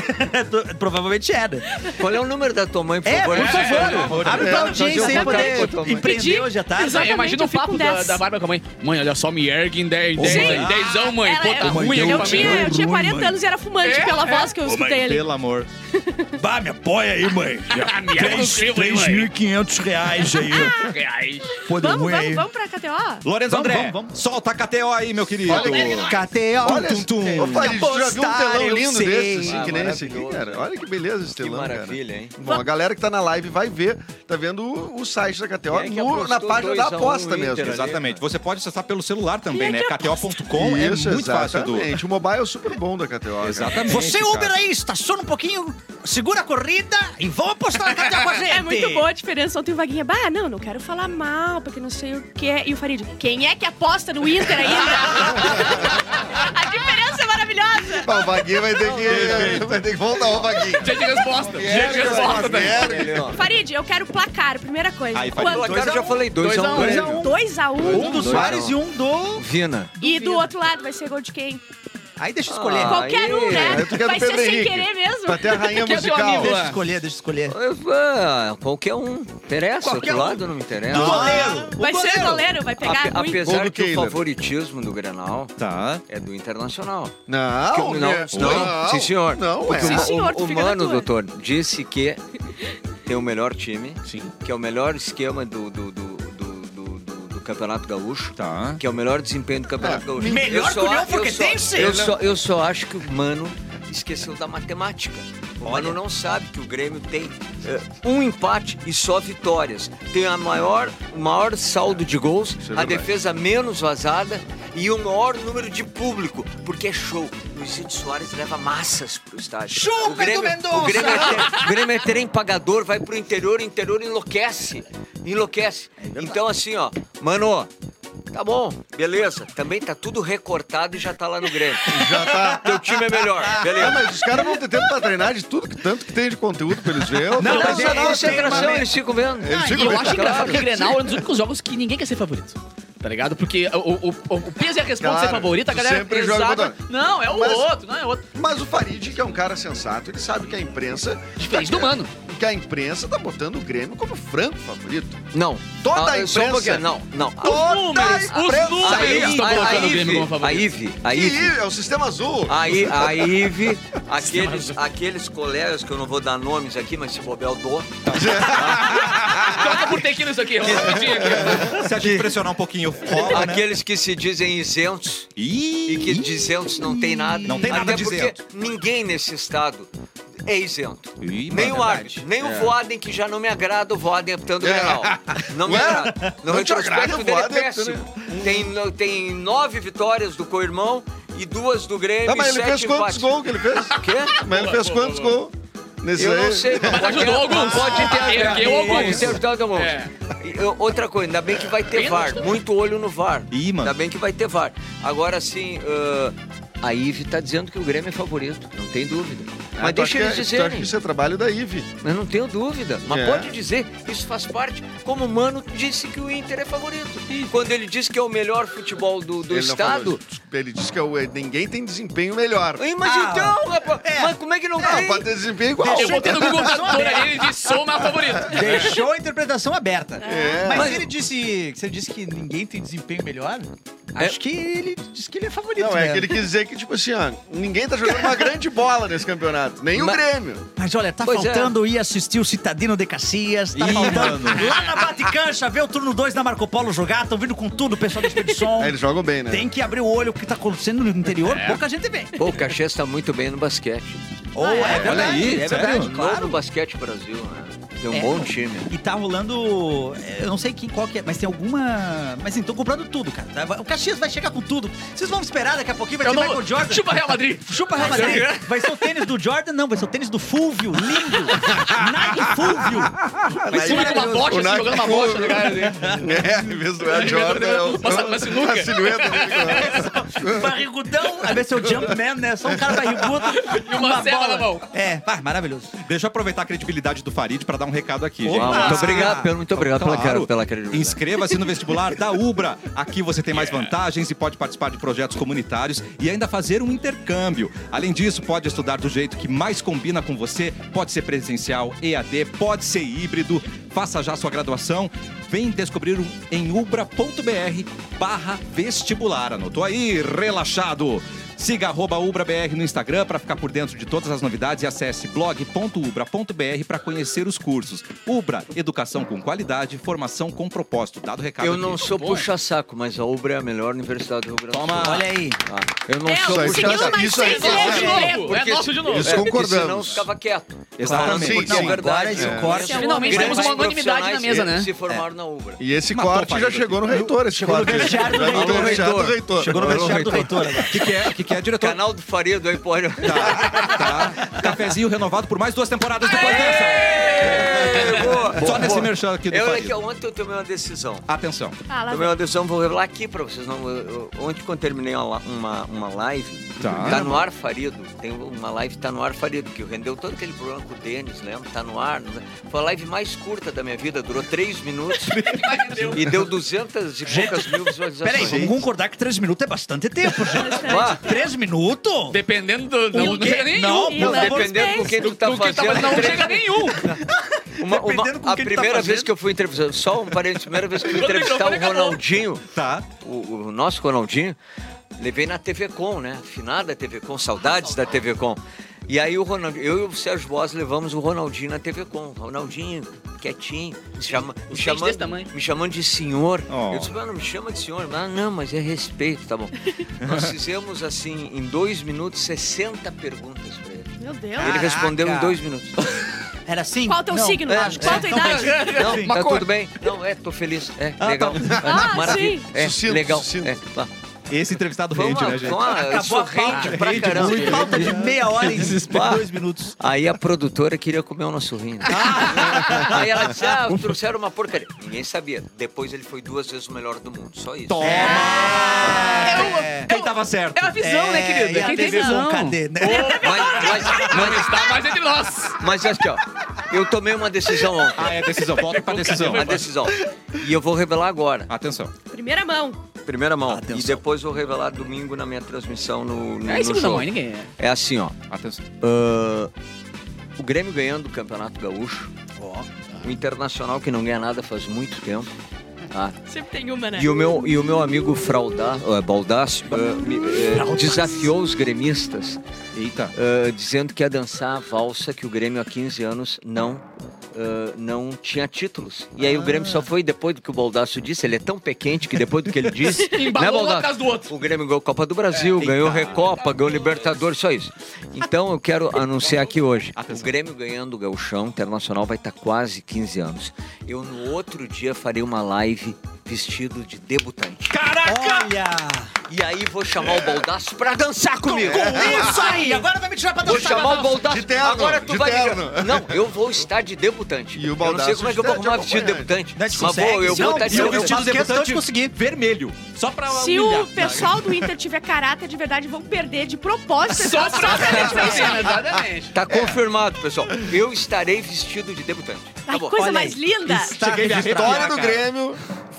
D: Provavelmente era.
F: É. Qual é o número da tua mãe, por
D: É,
F: favor?
D: por favor.
C: é, é,
B: é,
D: abre
B: é,
D: pra
B: fazer
D: audiência aí
E: um
D: poder
F: contato,
D: empreender
E: pedir.
D: hoje à tarde.
E: Exato. Exatamente,
C: Imagina o
E: eu fico
C: papo
E: com
C: da,
E: dez.
C: da Bárbara com a mãe. Mãe, olha só, me ergue em 10, 10,
A: mãe.
C: 10, 10, mãe.
E: Ela-
C: Pô, tá
E: eu-
C: ruim aqui
E: Eu
C: pra mim.
E: tinha,
C: [laughs]
E: eu tinha 40 anos e era fumante
C: É,
E: pela
C: é.
E: voz que eu escutei ali.
A: pelo amor.
G: Bah, me apoia aí, mãe.
C: Ah, me ergue no crivo, hein, mãe.
G: 3.500 reais aí.
C: Reais.
G: Pô, deu
E: Vamos,
G: ruim
E: vamos,
G: aí.
E: vamos pra KTO?
A: Lorenzo
D: Vamos,
A: André,
D: vamos, vamos.
A: solta a KTO aí, meu querido.
D: KTO.
B: Olha,
A: Tum, tum, tum.
B: Ô, Farid, tu já viu um
D: Apostar,
B: telão
D: eu
B: lindo
D: sei.
B: desse, assim,
F: Ah,
B: que nem esse aqui,
F: maravilhoso.
B: cara? Olha que beleza esse
F: Que
B: telão, cara.
F: maravilha, hein?
B: Bom, a galera que tá na live vai ver, tá vendo o, o site da KTO
F: Quem é que
B: no-
F: apostou
B: na página da
F: 2 a 1
B: aposta
F: Inter
B: mesmo.
F: ali?
A: Exatamente. Você pode acessar pelo celular também, né? KTO.com é
B: Isso,
A: muito fácil, Edu.
B: exatamente. O mobile é super bom da KTO. Exatamente.
A: Exatamente.
D: Você é
A: cara.
D: Uber aí, estaciona um pouquinho, segura a corrida e vamos apostar na KTO com a gente.
E: [laughs] É muito boa a diferença. Ontem o Vaguinha, bah, não, não quero falar mal, porque não sei o quê. E o Farid, quem é que aposta no Inter ainda? a diferença é maravilhosa.
B: o Vaguinho vai ter que, vai ter que voltar o
F: [laughs]
B: Vaguinho.
C: Dia de resposta. Dia de resposta, velho.
E: Farid, eu quero placar, primeira coisa.
A: Aí, Farid,
E: Quanto?
F: Dois a um. já falei, 2 a 1.
D: 2
F: Dois
D: a um.
E: 2 a 1
D: Um do
F: Dois a um.
D: Soares e um do...
F: Vina.
E: E do outro lado vai ser gol de quem?
D: Aí deixa eu escolher.
F: Ah,
E: Qualquer um, né?
B: Aí tu quer do
E: Vai ser
B: Pedro
E: sem
B: Henrique.
E: querer mesmo.
B: Tá até a rainha
C: Que é teu
B: musical.
C: amigo.
D: Deixa eu escolher, deixa eu escolher.
F: um. Eu- ah, Qualquer um. Interessa,
D: Qualquer
F: outro
D: um.
F: lado não interessa.
D: Goleiro!
E: Vai ser o goleiro, vai pegar
F: Ape-
E: ruim.
B: Gol
F: apesar
B: do
F: que o
B: Kehler.
F: favoritismo do Grenal
A: Tá.
F: é do Internacional. Que-
B: Não,
F: não,
B: né?
F: não, sim, senhor.
B: Não, é.
F: Porque o-
E: senhor,
F: o,
E: tu
F: o
E: fica na
F: Mano,
E: tua.
F: doutor, disse que tem o melhor time, que é o melhor esquema do, do, do, do, do- do- do Campeonato Gaúcho,
A: Tá.
F: que é o melhor desempenho do Campeonato Gaúcho.
D: melhor
F: Eu só
D: que o União
F: a- eu só-
D: Forquetense?
F: Eu só, eu só acho que o Mano esqueceu da matemática. O Mano não sabe que o Grêmio tem eh, um empate e só vitórias. Tem a maior, o maior saldo de gols,
B: Isso é
F: a
B: verdade.
F: defesa menos vazada e o maior número de público, porque é show. Luizito Soares leva massas pro estádio.
D: Chupa,
F: o Grêmio,
D: Edu Mendonça!
F: o Grêmio, é tre- o Grêmio é trem pagador, vai pro interior, o interior enlouquece. Enlouquece. Então, assim, ó, mano, tá bom, beleza. Também tá tudo recortado e já tá lá no Grêmio.
B: Já tá.
F: Teu time é melhor,
B: Ah,
F: beleza.
B: mas os caras vão ter tempo pra treinar de tudo, que- tanto que tem de conteúdo pra eles verem.
D: Não, mas
F: Mas é
D: tem uma
F: concentração,
D: me-
F: eles ficam vendo.
B: Eles
C: Ah, e
B: ficam
C: eu
B: bem
C: acho
F: claro.
C: engraçado que o Grenal é um dos únicos jogos que ninguém quer ser favorito. Tá ligado? Porque o, o, o- o peso e a resposta
B: Claro,
C: é favorita, a
B: tu
C: galera
B: sempre joga
C: pesada.
B: contra-
C: Não, é o
B: Mas-
C: outro, não é outro.
B: Mas o Farid, que é um cara sensato, ele sabe que a imprensa. É,
C: Diferente
B: Tá
C: do Mano.
B: Que a imprensa tá botando o Grêmio como franco favorito.
F: Não.
B: Toda a
F: Ah, só um
B: imprensa.
F: pouquinho. não, não.
B: Toda a
C: números, os
B: imprensa.
C: números.
B: Aí,
C: Eles estão
F: a- a
C: colocando tá o
F: Ive,
C: Grêmio como
F: A
C: favorito.
F: Ive, a Ive.
B: Ih, é o sistema azul.
F: Aí, a Ive, aqueles, aqueles colegas que eu não vou dar nomes aqui, mas se bobear eu dou.
C: Coloca por tequila isso aqui, vamos repetir aqui.
A: Se a gente pressionar um pouquinho, rola, né?
F: Aqueles que se dizem isentos
A: Ih,
F: e que de isentos não tem nada.
A: Não tem nada
F: Até
A: de
F: porque
A: isento.
F: ninguém nesse estado é isento.
A: Ih,
F: nem
A: mano,
F: o
A: é
F: árbitro, nem o Voaden, que já não me agrada, o Voaden apitando
B: É.
F: legal. Não me
B: Ué?
F: agrada. No
B: Não te agrada
F: retrospecto
B: o
F: dele é
B: Voaden
F: péssimo. Tem, no- tem nove vitórias do co-irmão e duas do Grêmio
B: Ah, mas
F: e
B: ele
F: sete
B: fez quantos
F: empates.
B: gols que ele fez?
F: O quê?
B: Mas ele fez quantos gols? Nesse
F: Eu
B: aí?
F: não sei. Mas
C: ajudou alguns.
F: Pode ter
C: Ergueu alguns.
F: Tem ajudado alguns.
C: É.
F: E, eu- Outra coisa, ainda bem que vai ter
C: Pênalti
F: VAR.
C: também.
F: Muito olho no VAR.
A: Ih, mano.
F: Ainda bem que vai ter VAR. Agora sim, ah, a Ive tá dizendo que o Grêmio é favorito. Não tem dúvida. Mas
B: Ah, tu acha
F: deixa
B: que
F: eles
B: é- tu acha
F: dizerem.
B: que isso é trabalho da Ive.
F: Eu não tenho dúvida. Mas
B: É.
F: pode dizer, isso faz parte. Como o Mano disse que o Inter é favorito. E quando ele disse que é o melhor futebol do, do
B: Ele não falou
F: estado.
B: isso. Desculpa, Ele disse que é o- ninguém tem desempenho melhor.
F: Ih, Mas
D: Ah.
F: então, rapaz, mas como é que não,
B: Não,
F: tem?
B: pra ter desempenho igual.
C: Eu botei no Google Tradutor ali, ele disse, sou o meu favorito.
D: Deixou a interpretação aberta.
B: É.
D: Mas
F: Mas-
D: se ele disse. Se ele disse que ninguém tem desempenho melhor,
F: É.
D: acho que ele disse que ele é favorito.
B: Não, é
D: né?
B: que ele quis dizer que, tipo assim, ó, ninguém tá jogando uma grande bola nesse campeonato. Nem o
F: Mas-
B: Grêmio.
D: Mas olha, tá
F: Pois é.
D: faltando ir assistir o Citadino de Cacias, tá
A: Ih,
D: faltando
A: mano.
D: lá na Baticancha ver o turno 2 da Marco Polo jogar, tão vindo com tudo o pessoal da
B: [laughs]
D: Expedição.
B: É, eles jogam bem, né?
D: Tem que abrir o olho o que tá acontecendo no interior, pouca gente vê.
F: Pô, o Caxias está muito bem no basquete.
D: Ou é,
A: olha aí,
D: é
A: sério?
D: verdade,
F: Novo
D: claro.
F: Basquete Brasil, né? Tem um
D: É.
F: bom time.
D: E tá rolando. Eu não sei quem, qual que é, mas tem alguma. Mas então comprando tudo, cara. tá? O Caxias vai chegar com tudo. Vocês vão esperar, daqui a pouquinho vai
C: Eu
D: ter
C: não...
D: Michael
C: [laughs]
D: Jordan.
C: Chupa Real Madrid.
D: Chupa Real Madrid. Vai ser o tênis do Jordan? Não, vai ser o tênis do Fulvio, lindo. Nike Fulvio.
C: Mas se com uma bocha,
B: [laughs] O
C: assim,
B: Nike-
C: jogando uma bocha, tá ligado?
B: É, em vez do Ed Jordan, é o...
C: Uma- uma sinuca.
B: A silhueta dele.
D: Barrigudão. Aí vai ser o Jumpman, né? Só um cara barrigudo.
C: [laughs] E uma serra
D: bola.
C: na mão.
D: É, ah, maravilhoso.
A: Deixa eu aproveitar a credibilidade do Farid pra dar um recado aqui,
D: Opa!
A: gente.
D: Ah,
F: muito obrigado, pelo- muito obrigado pela,
A: Claro.
F: cara- pela credibilidade.
A: Inscreva-se no vestibular da Ubra. Aqui você tem mais vantagens e pode participar de projetos comunitários e ainda fazer um intercâmbio. Além disso, pode estudar do jeito que mais combina com você. Pode ser presencial, EAD, pode ser híbrido. Faça já sua graduação. Vem descobrir um- em ubra.br barra vestibular. Anotou aí, relaxado. Siga arroba UbraBR no Instagram para ficar por dentro de todas as novidades e acesse blog.ubra.br para conhecer os cursos. Ubra, educação com qualidade, formação com propósito. Dado o recado
F: Eu
A: aqui.
F: não sou puxa-saco, mas a UBRA é a melhor universidade do Rio Grande do Sul.
A: Toma.
D: Olha aí.
F: Ah, eu não
E: É,
F: sou
E: eu
B: consegui
E: consegui
F: puxa-saco.
B: puxado.
E: mais
B: Isso aí,
E: seis vezes
B: isso
E: de
B: aí.
E: novo.
C: É nosso de novo.
B: Isso
F: É, porque
B: concordamos.
F: Senão eu ficava quieto.
A: Exatamente.
B: Sim,
F: Porque é
B: sim.
F: verdade.
D: Agora esse
B: É.
D: corte.
E: Esse é o
C: Finalmente
E: momento.
C: temos uma
F: Grandes
C: unanimidade na mesa, né?
F: profissionais Se formaram na UBRA.
B: E esse
A: Matou
B: corte
A: o
B: já
A: Farid
B: chegou no reitor, esse corte. aí.
D: vestiário do
B: Já
D: reitor.
B: no vestiário do reitor.
D: Chegou no vestiário do né? reitor agora.
A: O que, que é, que, que é, diretor?
F: Canal do Faredo aí, [laughs] pode...
A: Tá, tá. Cafezinho renovado por mais duas temporadas depois dessa.
F: É,
A: Só nesse merchan aqui do
F: eu, é
A: Faredo.
F: que Ontem eu tomei uma decisão.
A: Atenção.
E: Ah, lá
F: Tomei uma decisão, vou revelar aqui pra vocês. Não, eu- eu- ontem, quando terminei uma, uma, uma live,
A: Tá.
F: tá. no ar Farido. Tem uma live tá no ar Farido, que rendeu todo aquele programa com o Denis, lembra? Tá no ar. não- Foi a live mais curta da minha vida, durou três
D: [laughs]
F: minutos e deu 200 e poucas mil
D: Peraí,
F: visualizações.
D: vamos concordar que 3 minutos é bastante tempo, gente.
F: Bah,
D: 3 minutos?
C: Dependendo do... Não, um,
D: O
C: não
D: quê?
C: chega nenhum.
D: Não,
F: um.
E: E lá nos
F: dependendo do
E: pés.
F: que tu tá
C: Do que tá
F: fazendo.
C: não
F: três-
C: chega nenhum.
F: uma- uma-
D: um dependendo com
F: a
D: quem tu tá
F: primeira vez
D: fazendo.
F: que eu fui entrevistar, só um parênteses, a primeira vez que eu fui
C: Quando o
F: entrevistar o
C: microfone acabou.
F: Ronaldinho,
A: Tá.
F: o, o nosso Ronaldinho, levei na TV Com, né? Afinada TV Com, saudades da TV Com. E aí o Ronaldinho, eu e o Sérgio Boas levamos o Ronaldinho na TV Com. Ronaldinho, quietinho, me, chama, me,
C: dentes desse
F: chamando,
C: tamanho.
F: me chamando de senhor.
A: Oh.
F: Eu disse, "Mas não me chama de senhor. Ah, não, mas é respeito, tá [laughs] bom. Nós fizemos, assim, em dois minutos, 60 perguntas pra ele.
E: Meu Deus.
F: Ele respondeu em dois [laughs] minutos.
D: Era assim?
E: Qual teu
D: Não.
E: signo?
F: É,
E: Qual a tua idade?
F: Não,
D: Sim.
F: tá tudo bem? Não, é, tô feliz. É,
D: Ah,
F: legal.
E: Ah,
F: Maravilha.
E: sim.
F: É,
B: Sucinto,
F: legal.
B: sucinto.
F: É, tá.
A: Esse entrevistado
F: Vamos
A: rende,
F: lá,
A: né, gente?
F: vamos lá.
D: Acabou
F: Isso
D: a pauta.
F: rende pra
A: Rende
F: caramba.
A: muito.
D: Falta de meia hora em
F: Desespero.
D: dois minutos.
F: Aí a produtora queria comer o nosso rim. né? Aí ela disse, [laughs] ah, trouxeram uma porcaria. Ninguém sabia. Depois ele foi duas vezes o melhor do mundo. Só isso. É.
A: Toma! Quem tava
F: Então,
A: certo?
C: É uma visão, né, querido?
D: e a
C: Quem tem
D: TV com
C: visão?
D: Cadê, né?
F: Mas, mas, mas,
C: Está mais entre nós.
F: mas assim, ó. Eu tomei uma decisão ontem.
A: Ah, é decisão. Volta pra decisão.
F: Uma decisão. E eu vou revelar agora.
A: Atenção.
E: primeira mão.
F: Primeira mão.
D: Atenção.
F: E depois vou revelar domingo na minha transmissão no, no,
C: É em
F: no
C: segunda
F: show.
C: mão, hein, ninguém. é.
F: É assim, ó.
A: Atenção.
F: Ah, o Grêmio ganhando o Campeonato Gaúcho.
D: Ó.
F: O Internacional que não ganha nada faz muito tempo. tá?
E: Sempre tem uma, né?
F: E o meu, e o meu amigo Fraudá, uh, Baldasso ah, me- eh, desafiou os gremistas
A: Eita.
F: ah, dizendo que ia dançar a valsa que o Grêmio há 15 anos não, ah, não tinha títulos. E aí o Grêmio
C: Ah.
F: só foi depois do que o Baldasso disse, ele é tão pequente que depois do que
C: [laughs]
F: ele disse... né,
C: Embalou um
F: Baldasso?
C: atrás do outro. É, então.
F: O Grêmio ganhou Copa do Brasil, ganhou Recopa, ganhou Libertadores, só isso. Então eu quero anunciar aqui hoje. O Grêmio ganhando o Gauchão Internacional vai estar quase 15 anos. Eu no outro dia farei uma live vestido de debutante.
D: Olha!
F: E aí vou chamar o Baldaço pra dançar comigo.
D: Isso aí! Agora vai me tirar pra
F: Vou
D: dançar.
F: chamar o Baldaço.
B: De terno,
F: Agora tu
B: de
F: vai me-
B: terno.
F: Não, eu vou estar de debutante.
B: E o
F: Eu não sei
B: Baldasso
F: como é que eu vou
B: de
F: arrumar vestido de
B: acompanhante.
F: debutante.
D: Não, se
F: Mas vou,
D: consegue.
F: eu
D: Se
F: vou
D: eu-
F: estar de
D: se eu
A: Meu
D: eu
A: vestido
F: debutante.
D: faço
A: de
D: questão
A: debutante
D: de
A: conseguir. Vermelho. Só pra
E: Se
A: humilhar.
E: o pessoal do Inter tiver caráter de verdade, vão perder de propósito.
C: Só
E: essa-
C: pra Exatamente.
B: É.
F: Tá confirmado, pessoal. Eu estarei vestido de debutante. Tá
E: Ai,
F: Acabou.
E: coisa
D: olha
E: mais
D: aí.
E: linda.
D: Está
A: Cheguei a arrepiar,
B: Vitória do
A: cara.
B: Grêmio,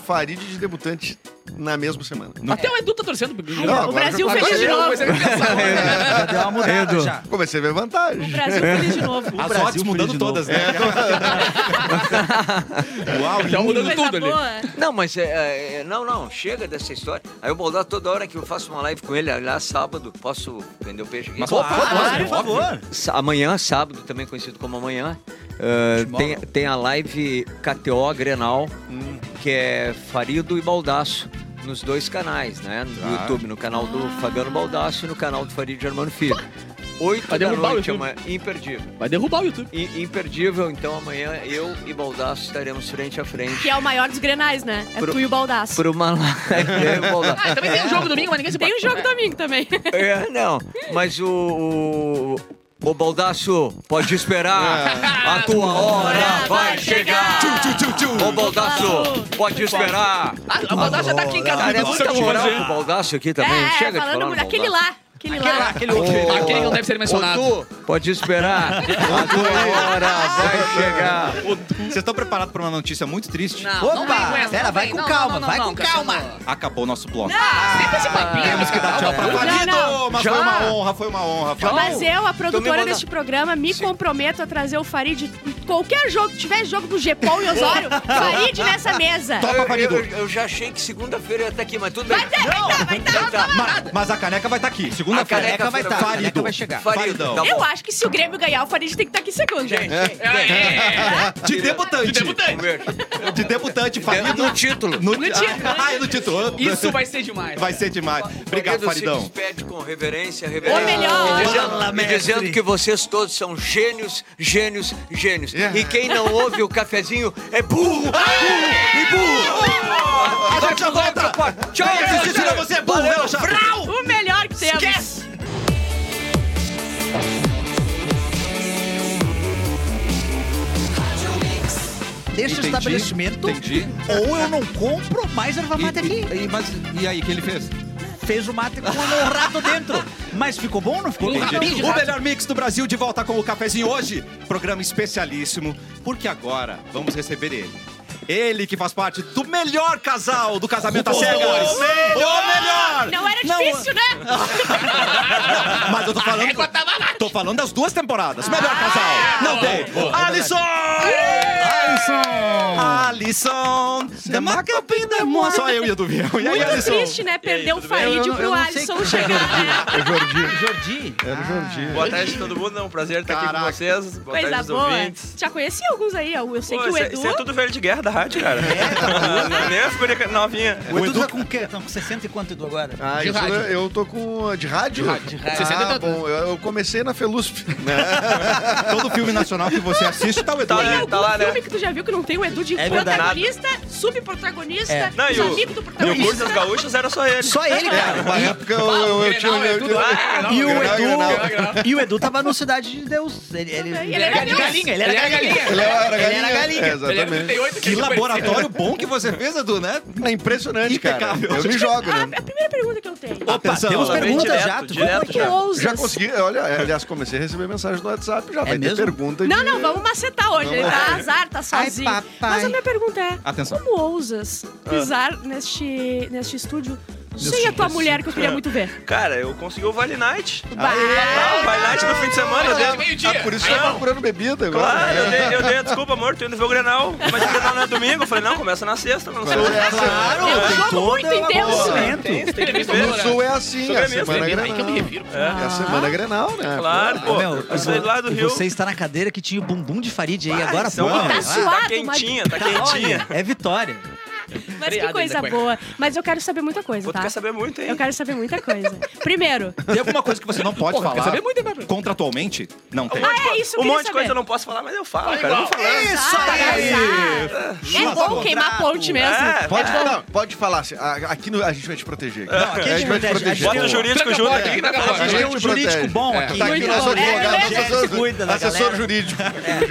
B: Farid de debutante na mesma semana.
C: Até o Edu tá torcendo pro
E: Ai,
C: Grêmio.
B: Não,
E: o
B: agora
E: Brasil
B: já-
E: feliz de
B: agora
E: novo.
C: Mas é engraçado.
D: Já deu uma mudada já.
B: Comecei a ver
E: O
B: vantagem.
C: Tá
E: Brasil feliz de novo.
C: Ah,
A: As
D: Brasil
A: odds
D: feliz
A: mudando
D: de novo. É.
A: todas, né? [laughs] Uau, então
C: Tá mudando
E: Coisa
C: tudo ali.
E: boa.
F: Não, mas é, é, não, não, chega dessa história. Aí o Baldar, toda hora que eu faço uma live com ele, aliás, sábado, posso vender o peixe aqui?
A: Mas
F: Opa,
A: claro,
D: Claro,
A: óbvio.
D: por favor.
F: s- Amanhã, sábado, também conhecido como amanhã, ah, tem, tem a live KTO Grenal,
D: Hum.
F: que é Farido e Baldaço, nos dois canais, né? No
A: Tá.
F: YouTube, no canal do Fabiano Baldaço e no canal do Farido Germano Filho. Oito
C: Vai
F: da
D: um
C: derrubar o
F: noite,
C: YouTube.
F: amanhã, imperdível.
C: Vai derrubar o YouTube.
F: I- imperdível, então amanhã eu e Baldaço estaremos frente a frente.
E: Que é o maior dos grenais, né? É
F: Pro-
E: tu e o Baldaço.
F: Por uma live. eu e o Baldasso.
C: Ah, também tem um jogo domingo, mas ninguém se
E: Tem um jogo domingo também.
F: É, não, mas o. o... Ô, Baldaço, pode esperar.
C: É.
F: A tua hora vai chegar. Ô, Baldaço, pode esperar.
C: Ah, o Baldaço já tá aqui em casa.
F: Cara, é muita
C: Santo
F: moral
C: José.
F: pro Baldaço aqui também.
E: é,
F: Chega de falar
E: falando
F: no
E: muito. Aquele
F: Baldasso.
E: lá. Aquele lá.
D: Aquele outro.
C: Aquele que não deve ser mencionado.
F: Ô, tu, pode esperar. A tua hora vai chegar.
A: Vocês estão preparados para uma notícia muito triste?
D: Opa, pera, vai com calma, vai com calma.
A: Acabou o nosso bloco. Ah,
C: Sempre esse papinho.
A: Temos que dar tchau pra Valido!
E: não.
A: Mas
F: assim. Já?
A: foi uma honra, foi uma honra.
E: Mas eu, a produtora
F: mandando.
E: deste programa, me comprometo a trazer o Farid em qualquer jogo. que Tiver jogo do Gepão e Osório, Farid nessa mesa.
A: Topa,
F: É, Eu,
A: Farido.
F: eu- eu já achei que segunda-feira eu ia estar aqui, mas tudo bem.
E: Vai ter, vai ter, vai ter.
F: Tá,
A: Mas, mas a caneca vai estar aqui.
F: a
A: Segunda-feira.
F: caneca vai estar.
D: tá, a
A: Farido.
D: caneca vai chegar.
F: Farido,
A: Faridão.
F: tá
E: Eu
F: bom.
E: acho que se o Grêmio ganhar, o Farid tem que estar aqui segundo.
F: Gente,
C: é.
A: É. De debutante. De debutante,
F: um beijo.
A: Farido.
F: No um título.
A: No, título. Ah, é no título.
C: Isso vai ser demais.
A: Vai ser demais. Obrigado,
F: Toledo se
A: Faridão.
F: despede com reverência, reverência.
E: Ou melhor.
F: E dizendo,
D: Fala,
F: e
D: mestre.
F: dizendo que vocês todos são gênios, gênios, gênios.
B: Yeah.
F: E quem não ouve o cafezinho é burro, burro e burro. A gente volta. Tchau,
A: Cristina, você é burro,
F: Valeu,
A: relaxa.
E: O melhor que temos.
F: Esquece.
D: Deixa o
A: Entendi,
D: estabelecimento.
A: entendi.
D: Ou eu não compro mais erva mate aqui.
A: E, e, e, mas, e aí, o que ele fez?
D: Fez o mate com um rato dentro. Mas ficou bom ou não ficou?
C: Um
D: bom?
C: rapinho de
A: O
C: rato.
A: melhor mix do Brasil de volta com o cafezinho hoje. Programa especialíssimo, porque agora vamos receber ele. Ele que faz parte do melhor casal do Casamento às Cegas. O melhor!
E: Não era difícil, né?
A: Mas eu tô
C: É,
A: falando. Tô falando das duas temporadas. Melhor casal. Não tem. Alisson! Alisson! Alisson! The Makeup in the Moon. Só eu e Edu Vião. E aí,
E: Muito
A: Alisson?
E: triste, né? Perder o Farid pro Alisson chegar, né?
D: Jordi.
B: Era o É Jordi.
H: Boa tarde a todo mundo, é um prazer estar aqui
A: Caraca.
H: com vocês. Boa
E: Coisa
H: tarde aos
E: boa.
H: ouvintes.
E: Já conheci alguns aí, ó. eu sei
H: Pô,
E: que o
H: isso é-
E: Edu.
H: isso é tudo velho de guerra da rádio, cara. [laughs] é Nem as gurias novinha.
D: O Edu tá com o quê? Tá com 60 e quanto, Edu, agora?
B: Ah,
C: De
B: isso,
C: rádio.
B: né? Eu tô com. De rádio? De rádio.
D: rádio.
B: Ah, bom, eu, eu comecei na Felusp. né?
A: Todo filme nacional que você assiste tá o Edu.
H: Tá,
A: aí.
H: né?
E: Algum
H: Tá lá, né?
E: filme que tu já viu que não tem o Edu de
D: É verdade.
E: protagonista, subprotagonista,
D: É.
H: Não,
E: os
H: e o,
E: amigos do
H: e o
E: protagonista.
H: curso das gaúchas era só ele.
D: Só ele, cara.
B: Uma época eu, eu, eu tinha.
C: é
B: eu- eu-
D: é E o,
B: Grenal, Grenal.
D: Edu, e o Edu tava no Cidade de Deus. Ele, ele,
E: Também, ele era Deus.
D: ele era galinha.
B: Ele era galinha.
D: Ele era galinha.
B: É, exatamente.
A: Que laboratório bom que você fez, Edu, né?
B: É impressionante,
A: Impecável.
B: cara. Eu me jogo,
E: Ah,
B: né?
E: é a primeira pergunta que eu tenho.
A: Opa,
D: Temos
H: Ela vem
D: perguntas
H: direto,
D: já. tu viu?
H: direto
E: Como é que
H: já.
E: ousas?
B: Já consegui, é,
A: É
B: olha, aliás, comecei a receber mensagem no WhatsApp, já vai ter
D: mesmo?
B: pergunta
E: Não,
B: de-
E: não, vamos macetar hoje. Ele tá azar, tá sozinho.
I: Ai, papai.
E: Mas a minha pergunta é:
A: Atenção.
E: como ousas pisar neste, neste estúdio sem a tua mulher que eu queria muito ver?
H: Cara, eu consegui o Vale Night.
E: Bah,
H: Ah, o Vale Night no fim de semana. eu dei-
B: Ah, por isso que tá procurando bebida agora. né?
H: Claro, eu dei,
E: [laughs]
H: eu dei a desculpa, amor, tô indo ver o Grenal. Mas o Grenal não é domingo. Eu falei, não, começa na sexta. Não sei.
B: Claro,
E: é um jogo muito intenso.
B: O Sul é assim,
H: Sou
B: é a
H: gremista,
B: semana
H: gremista,
C: Aí que eu me
B: Grenal.
C: refiro.
B: É
D: Ah.
B: a semana Grenal, né?
H: Claro, pô.
D: Meu,
H: Eu saí lá do
D: e
H: Rio.
D: Você está na cadeira que tinha o bumbum de Farid aí agora, né?
H: São
D: pô.
H: Paulo.
E: Tá suado,
H: Tá
E: mas-
H: quentinha, tá
D: Olha,
H: quentinha.
D: é vitória.
E: Mas que
C: Freado
E: coisa
C: ainda, cueca.
E: boa. Mas eu quero saber muita coisa,
H: Pô, tu
E: tá?
H: quer saber muito, hein?
E: Eu quero saber muita coisa.
H: [laughs]
E: Primeiro,
A: Tem alguma coisa que você não pode falar
C: saber muito, né, Bárbara?
A: contratualmente? Não tem.
E: ah, é isso que
H: Um
E: eu queria
H: monte de
E: saber.
H: coisa eu não posso falar, mas eu falo, cara. Eu vou falando.
D: Isso
E: aí! É bom
D: Chupa
E: queimar a
D: contrato.
E: ponte mesmo.
H: É,
B: Pode falar, pode falar. assim, a- Aqui no- a gente vai te proteger.
D: Não, aqui a gente um vai te proteger.
H: bota o jurídico junto aqui.
D: A gente tem um jurídico bom aqui.
B: Tá aqui o nosso
E: bom.
B: advogado,
E: É,
D: é,
B: assessor,
D: é. Cuida da
B: assessor
D: galera. É.
B: jurídico.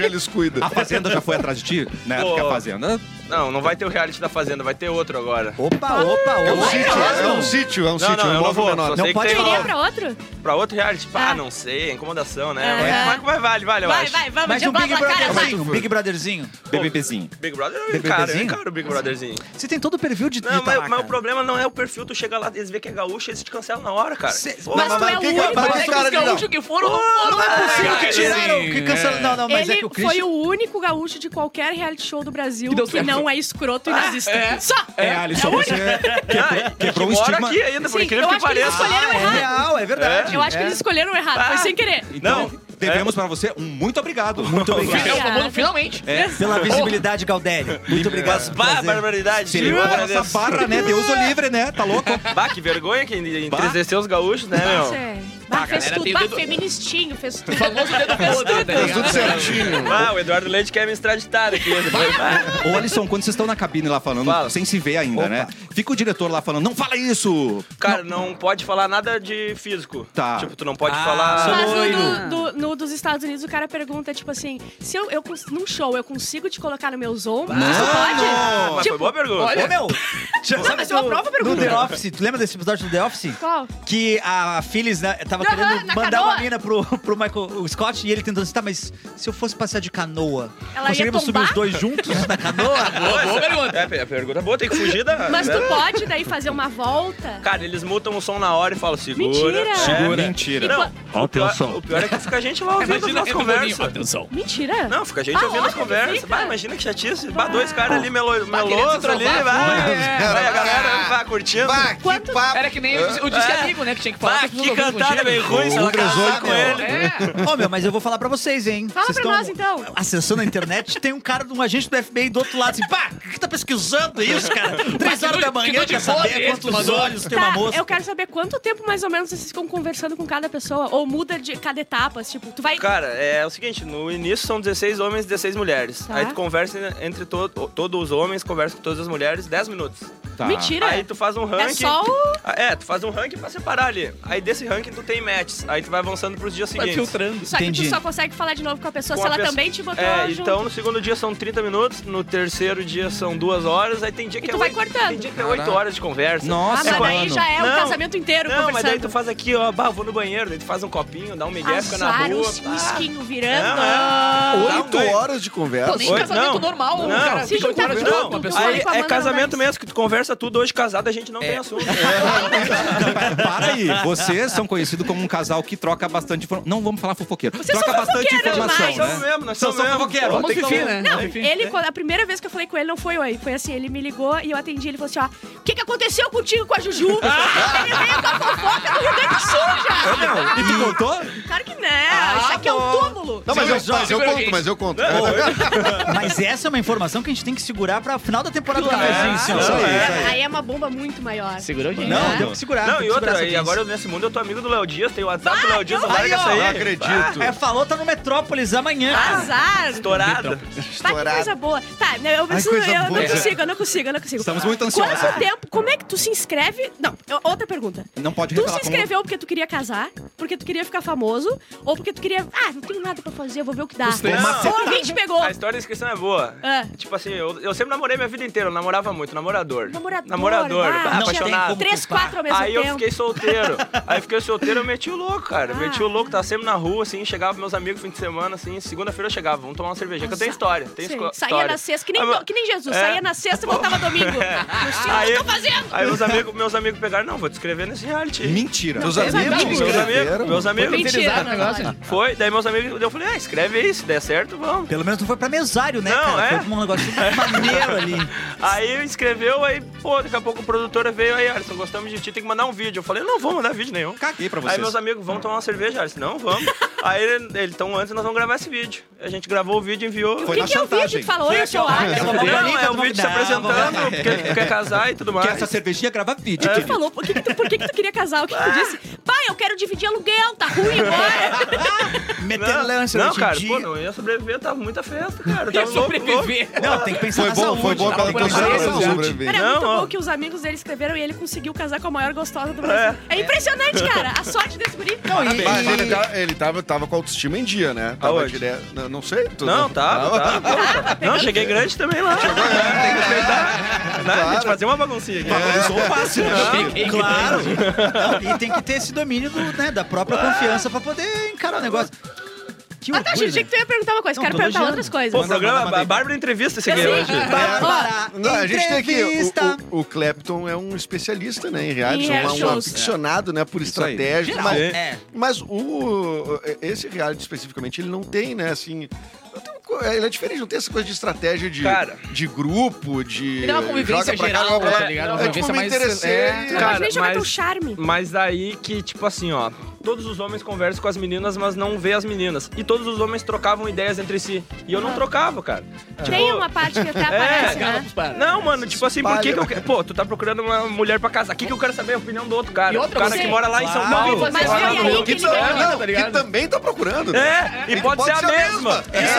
B: Eles cuidam.
A: A Fazenda já foi atrás de ti? Né?
H: Pô.
A: Porque a Fazenda...
H: Não, não vai ter o reality da Fazenda, vai ter outro agora.
D: Opa, opa,
B: É um
D: opa.
B: sítio, é um sítio, é um
H: Não,
B: sítio, é
H: não,
B: um
H: eu não
B: bloco
H: vou.
B: menor.
H: Só
D: Não
H: sei
D: pode
H: que tem
E: Tu iria
H: lá.
E: pra outro?
H: Pra outro reality? Ah,
E: Tá.
H: não sei, é incomodação,
E: É.
H: né? Mas, mas vale, vale, eu
E: Vai,
H: acho.
E: vai, vamos.
D: Mas
E: de
D: um Big
E: blá, blá, cara, vai.
D: Brotherzinho, um Big Brotherzinho.
A: BBBzinho.
H: Big Brother é eu encaro, eu
D: bebezinho?
H: encaro o Big Brotherzinho.
D: Você tem todo o perfil de, de
H: Não, mas,
D: tabaca.
H: mas o problema não é o perfil, tu chega lá, eles vê que é gaúcho, eles te cancelam na hora, cara.
D: Cê-
H: Pô,
E: Mas tu
B: mas
E: é o
B: quem que-
E: único.
B: mas
E: né?
B: quem cara de não?
E: gaúcho que foram, não é foram.
H: é
D: Sim, que tiraram,
H: assim,
D: que cancelaram. Não, não, mas
E: Ele
D: é que o
E: foi
D: Christian...
E: o único gaúcho de qualquer reality show do Brasil
C: Que
E: que,
C: deu certo.
E: não é escroto e nazista. Só!
A: É, Alisson, você
H: ah, e
A: quebrou o
H: que mora
A: estigma.
H: aqui ainda, por
E: Sim,
H: incrível
E: eu
H: que
E: acho que eles
H: pareça.
E: escolheram
D: É
E: errado.
D: real, é verdade.
E: Eu acho que
D: É.
E: eles escolheram errado, foi
H: Ah.
E: sem querer.
H: Não,
A: devemos pra você um muito obrigado. Muito
D: obrigado.
C: Final do mundo, finalmente.
E: [laughs]
D: Pela visibilidade, Galdelli. Muito obrigado.
H: Mas,
D: por
H: bah,
D: trazer.
H: barbaridade.
A: Se ligou
H: Bah,
A: nessa barra, né? Deus o livre, né? Tá louco?
H: Bah, que vergonha que entristecer os gaúchos, né,
E: Tá
H: meu?
E: Nossa, bah, fez
C: galera,
E: tudo.
C: tem
E: Bah,
C: dedo-
E: feministinho, fez tudo.
C: O famoso dedo podre, tá
B: Faz tudo
C: ligado?
B: certinho.
H: Ah, o Eduardo Leite quer me extraditar aqui.
A: Ô, Alisson, quando vocês estão na cabine lá falando,
H: Fala.
A: sem se ver ainda,
D: Opa.
A: né? Fica o diretor lá falando, não fala isso!
H: Cara, não pode falar nada de físico.
A: Tá.
H: Tipo, tu não pode
D: Ah,
H: falar.
E: Mas
D: Loiro.
E: no, do- do- no dos Estados Unidos, o cara pergunta, tipo assim, se eu, eu cons- num show eu consigo te colocar nos meus ombros, isso
H: Ah,
E: pode?
H: mas foi
E: Tipo,
H: boa pergunta.
D: Ô,
H: [laughs]
D: meu! sabe
E: mas eu
D: do-
E: aprovo a pergunta.
D: Do The Office, tu lembra desse episódio do The Office?
E: qual?
D: Que a Phyllis né, tava
E: Aham,
D: querendo
E: na
D: mandar
E: canoa.
D: uma mina pro, pro Michael o Scott e ele tentando assim, tá, mas se eu fosse passar de canoa,
E: Ela ia
D: conseguiríamos subir
E: tombar?
D: os dois juntos na
E: [laughs]
D: canoa?
H: Boa,
C: boa pergunta.
H: É, a pergunta é boa, tem que fugir da.
E: Mas tu
H: né?
E: pode daí fazer uma volta?
H: Cara, eles mutam o som na hora e falam, segura.
E: Mentira.
H: É.
A: Segura. Mentira.
H: Não, o pior,
G: Atenção.
H: o pior é que fica a gente lá ouvindo as
C: Imagina
H: nossas
C: que boninho.
H: conversas.
G: Atenção.
E: Mentira?
H: Não, fica a gente
E: Ah,
H: ouvindo as
E: óbvio,
H: conversas.
E: fica.
H: Bah, imagina que chatice. Bah, dois caras ali melo, melosos
C: querendo
H: ali,
C: se
H: vai.
C: trovar.
H: Vai, a galera vai curtindo.
B: Bah,
E: Quanto-
B: que papo.
C: Era que nem o, o disque amigo, né? Que tinha que falar. pra
H: Bah,
C: todo
H: que
C: mundo ouvir
H: cantada
C: contigo.
H: bem ruim, se ela casar com ele.
D: Ô meu, mas eu vou falar pra vocês, hein?
E: Fala
D: vocês
E: pra
D: tão
E: nós, então.
D: Acessando a internet, tem um cara de um agente do FBI do outro lado assim, pá, o que tá pesquisando isso,
H: [laughs]
D: cara? Três horas da
C: que
D: manhã,
C: noite
D: quer
C: podre
D: saber
C: esse,
D: quantos
C: mandou.
D: olhos tem uma
E: Tá,
D: moça.
E: eu quero saber quanto tempo mais ou menos vocês ficam conversando com cada pessoa, ou muda de cada etapa, tipo, tu vai...
H: Cara, é o seguinte, no início são 16 homens e 16 mulheres.
E: Tá.
H: Aí tu conversa entre to todos os homens, conversa com todas as mulheres, 10 minutos.
A: Tá.
E: Mentira!
H: Aí tu faz um
E: é
H: ranking.
E: só o...
H: Ah, É, tu faz um ranking pra separar ali. Aí desse ranking tu tem matches. Aí tu vai avançando pros dias
C: Vai
H: seguintes.
C: filtrando.
E: Só que tu
D: Entendi.
E: só consegue falar de novo com a pessoa
H: Com
E: se
H: a
E: ela
H: pessoa-
E: também te botou
H: É,
E: junto.
H: então no segundo dia são 30 minutos, no terceiro dia são 2 horas, aí tem dia que
E: tu
H: é
E: vai
H: oito-
E: cortando.
H: Tem dia que é 8 horas de conversa.
E: Ah,
A: Nossa,
E: mas daí
A: mano.
E: já é o
H: Não.
E: casamento inteiro
H: Não, mas daí tu
E: conversando.
H: faz aqui, ó, bah, vou no banheiro, daí tu faz um copinho, dá um migué, fica na
E: Azar,
H: rua.
E: os
H: pá.
E: risquinhos virando.
H: Não, é. Dá um
B: Ah, Oito
H: banho.
B: horas de
C: Pô,
B: conversa.
C: nem
H: Oi?
C: casamento
H: Não.
C: normal, o
H: Não.
C: cara
E: Se
C: fica
E: juntar
C: com horas de
E: tudo,
C: papo com a
E: tu
C: pessoa.
E: fala
H: Aí é
E: reclamando
H: casamento
E: na
H: mesmo, que tu conversa tudo. Hoje casado a gente não
A: É.
H: tem assunto.
A: Para aí. Vocês são conhecidos como um casal que troca bastante informação. Não vamos falar fofoqueiro.
E: Vocês
A: troca
E: são
A: bastante
E: fofoqueiros
A: informação,
E: demais.
H: Somos
A: né?
H: mesmo, nós
A: São-
H: somos
A: são
H: mesmo.
A: fofoqueiros.
H: Pô,
A: Vamos
H: tem que
C: fifi,
H: falar.
C: né?
E: Não,
C: Enfim.
E: ele, quando- a primeira vez que eu falei com ele, não foi oi. Foi assim, ele me ligou e eu atendi. Ele falou assim, ó, o que, que aconteceu contigo com a Juju? [laughs] ele veio com a fofoca do Rio Grande do Sul já.
A: E tu contou?
E: Claro que não,
H: Ah,
E: isso aqui é um túmulo.
B: Não, mas eu, mas eu
C: segura
B: conto,
C: aí.
B: mas eu conto.
D: Mas essa é uma informação que a gente tem que segurar pra final da temporada
C: Claro.
D: da presença.
H: Não, é.
E: Aí é uma bomba muito maior.
C: Segura o dinheiro.
D: Não,
A: É.
D: tem que segurar.
H: Não,
D: tem
H: e
D: que segurar
H: outra,
D: essa
H: e
D: audiência.
H: agora eu, nesse mundo eu tô amigo do Léo Dias, tem o WhatsApp do
E: Ah,
H: Léo Dias,
E: não.
H: larga
D: Aí, ó,
H: essa aí.
B: Não acredito.
D: É, falou, tá no Metrópolis amanhã.
E: Ah, Azar.
H: Estourado.
E: Tá, que coisa boa. Tá, eu, preciso,
B: coisa
E: eu
B: boa.
E: não consigo, eu não consigo, eu não consigo.
A: Estamos muito ansiosos.
E: Quanto tempo, como é que tu se inscreve... Não, eu- outra pergunta.
A: Não pode
E: Tu
A: revelar
E: se
A: como...
E: inscreveu porque tu queria casar? porque tu queria ficar famoso, ou porque tu queria. Ah, não tenho nada pra fazer, eu vou ver o que dá.
H: três.
E: O ouvinte pegou.
H: A história da inscrição é boa.
E: É.
H: Tipo assim, eu, eu sempre namorei minha vida inteira, eu namorava muito, namorador.
E: Namorador.
H: Namorador,
E: ah, tinha
H: apaixonado.
E: Três, quatro ao mesmo
H: Aí eu
E: tempo.
H: fiquei solteiro. Aí eu fiquei solteiro, eu meti o louco, cara.
E: Ah.
H: Meti o louco, tava sempre na rua, assim, chegava meus amigos fim de semana, assim, segunda-feira eu chegava, vamos tomar uma cerveja. Que eu tenho história, tem
E: Sim,
H: esco- história.
E: Saía na sexta, que nem,
H: Aí, meu-
E: que nem Jesus.
H: É.
E: Saía na sexta e voltava domingo.
H: Aí-
E: Aí, o que eu tô fazendo?
H: Aí meus amigos, meus amigos pegaram, não, vou te escrever nesse reality. aí."
A: Mentira.
B: Meus
E: Meus
B: amigos,
E: amigos.
H: Meus amigos,
B: escreveram.
H: meus amigos.
E: Mentira.
C: o negócio.
H: Foi, daí meus amigos, eu falei, ah, escreve aí, se der certo, vamos.
D: Pelo menos não foi pra mesário, né,
H: Não,
D: cara?
H: é?
D: Foi pra um negócio muito maneiro
H: [laughs]
D: ali.
H: Aí escreveu, aí, pô, daqui a pouco a produtora veio, aí, Alisson, gostamos de ti, tem que mandar um vídeo. Eu falei, não vou mandar vídeo nenhum.
A: Caguei pra
H: Aí
A: vocês.
H: meus amigos, vamos tomar uma cerveja, Alisson? Não, vamos. aí ele, ele, então antes nós vamos gravar esse vídeo. A gente gravou o vídeo, enviou.
E: O
A: Foi
E: que,
A: na
E: que é o vídeo
A: chantagem.
E: que falou? Oi, eu sou o Alisson.
H: Não, é o
D: Não,
H: vídeo se
D: não,
H: apresentando,
D: não.
H: porque ele quer casar e tudo mais.
A: Que essa cervejinha grava vídeo,
E: Tu
A: querido.
E: falou, por que, que tu, por que, que tu queria casar? O que, que
H: Ah.
E: tu disse? Pai, eu quero dividir aluguel, tá ruim agora.
D: Metendo
H: Não,
D: leão em
H: não,
D: cima
H: cara, pô, não ia sobreviver, tava muita festa, cara. Tava louco, louco.
C: sobreviver.
D: Não, tem que pensar
B: Foi
D: na
B: bom,
D: saúde. né?
B: foi bom pela
D: tem que pensar na
B: conservação
D: saúde.
E: Cara, é
H: Não,
E: muito
H: ó.
E: bom que os amigos dele escreveram e ele conseguiu casar com a maior gostosa do Brasil. É, impressionante, cara. A sorte desse guri. Não,
D: e-
B: Mas ele, tá, ele tava, tava com a autoestima em dia, né? Tava
H: Aonde?
B: direto. Não, não sei. tu-
H: Não, tá tava, tava. tava. Não, cheguei grande também lá. Tem que respeitar. Né? A gente fazia uma baguncinha aqui.
A: Valorizou o passe, né?
H: [laughs]
D: Claro. Não, e tem que ter esse domínio do, né, da própria confiança pra poder encarar o negócio. Que
E: ah, tá,
D: orgulho,
E: achei que
D: né?
E: tu ia perguntar uma coisa.
D: Não,
E: quero
D: tô
E: perguntar
D: elogiando.
E: outras coisas.
H: Pô, o
D: Manda, manda,
H: programa,
D: manda aí.
H: Bárbara Entrevista Tá. esse aqui
E: Eu sei.
H: hoje.
D: Bárbara,
B: Não, a gente tem aqui.
D: entrevista.
B: O, o, o Clapton é um especialista, né? Em reality,
E: Em
B: é um, um
E: reality shows.
B: aficionado, né? Por
A: Isso aí.
B: estratégia.
D: Geral,
B: Mas,
D: é.
B: mas o, é, esse reality especificamente, ele não tem, né? Assim. não tem uma co- Ele é diferente, não tem essa coisa de estratégia de,
H: Cara.
B: de grupo, de.
C: Ele é uma convivência
B: joga pra cá,
C: geral,
B: joga pra lá.
C: tá ligado? Uma
B: É, tipo,
C: convivência
B: me
C: mais-
B: interessei.
C: é.
E: Não
H: Cara,
E: pode nem jogar
H: mas-
E: teu charme.
H: Mas daí que, tipo assim, ó. Todos os homens conversam com as meninas, mas não vê as meninas. E todos os homens trocavam ideias entre si. E eu não trocava, cara. Tipo,
E: Tem uma parte que até
H: É,
E: aparece, né?
C: Calma, para.
H: Não, mano, tipo assim, por que,
B: espalha.
H: que eu quero. Pô, tu tá procurando uma mulher pra casar. O que, que eu quero saber? A opinião do outro cara.
C: E outra,
H: o cara
C: você-
H: que mora lá em São
C: Claro.
H: Paulo.
C: Mas
H: Sei lá,
E: foi
H: no
E: aí
H: Rio.
E: que ele
H: Então,
C: é,
E: ganhou.
H: não,
B: Não, que também tá procurando. né?
H: É, e
B: E
H: pode,
B: pode ser
H: ser, a
B: a
H: mesma.
B: mesma.
H: É. Isso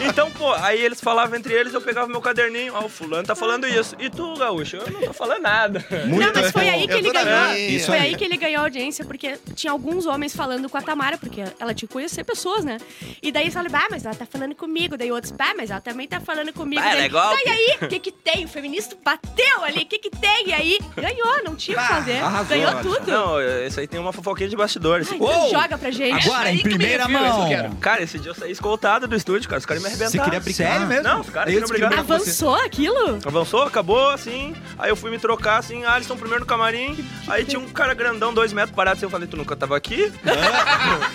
H: aí. Então, pô, aí eles falavam entre eles, eu pegava meu caderninho, ó, o fulano tá falando isso. E tu, gaúcho, eu não tô falando nada.
E: Não, mas foi aí que
B: Eu
E: ele
B: tô na
E: ganhou.
B: minha.
A: Isso
E: foi
A: aí.
E: aí. que ele ganhou audiência, porque tinha alguns homens falando com a Tamara, porque ela tinha que conhecer pessoas, né? E daí fala, bah, mas ela tá falando comigo. Daí outros, bah, mas ela também tá falando comigo.
F: Bah,
E: daí,
F: ela é golpe.
E: "Tá, e aí, o que que tem? O feminista bateu ali, o que que tem? E aí, ganhou, não tinha o que fazer.
A: arrasou,
E: ganhou
A: Alisson.
E: tudo.
H: Não, isso aí tem uma fofoquinha de bastidores.
E: Ah, então
D: Uou!
E: joga pra gente.
D: Agora, em primeira
C: viu, isso eu
D: mão.
C: quero.
H: Cara, esse dia eu saí escoltado do estúdio, cara. Os caras me arrebentaram.
A: Você queria brigar? É
D: Sério mesmo?
H: Não, os caras
A: Eu
H: queriam
A: descobri-
H: brigar.
E: Avançou aquilo?
H: Avançou, acabou, assim. Aí eu fui me trocar, assim, Alisson primeiro no camarim. aí tinha um cara grandão, dois metros parado, assim. Eu falei, tu nunca tava aqui?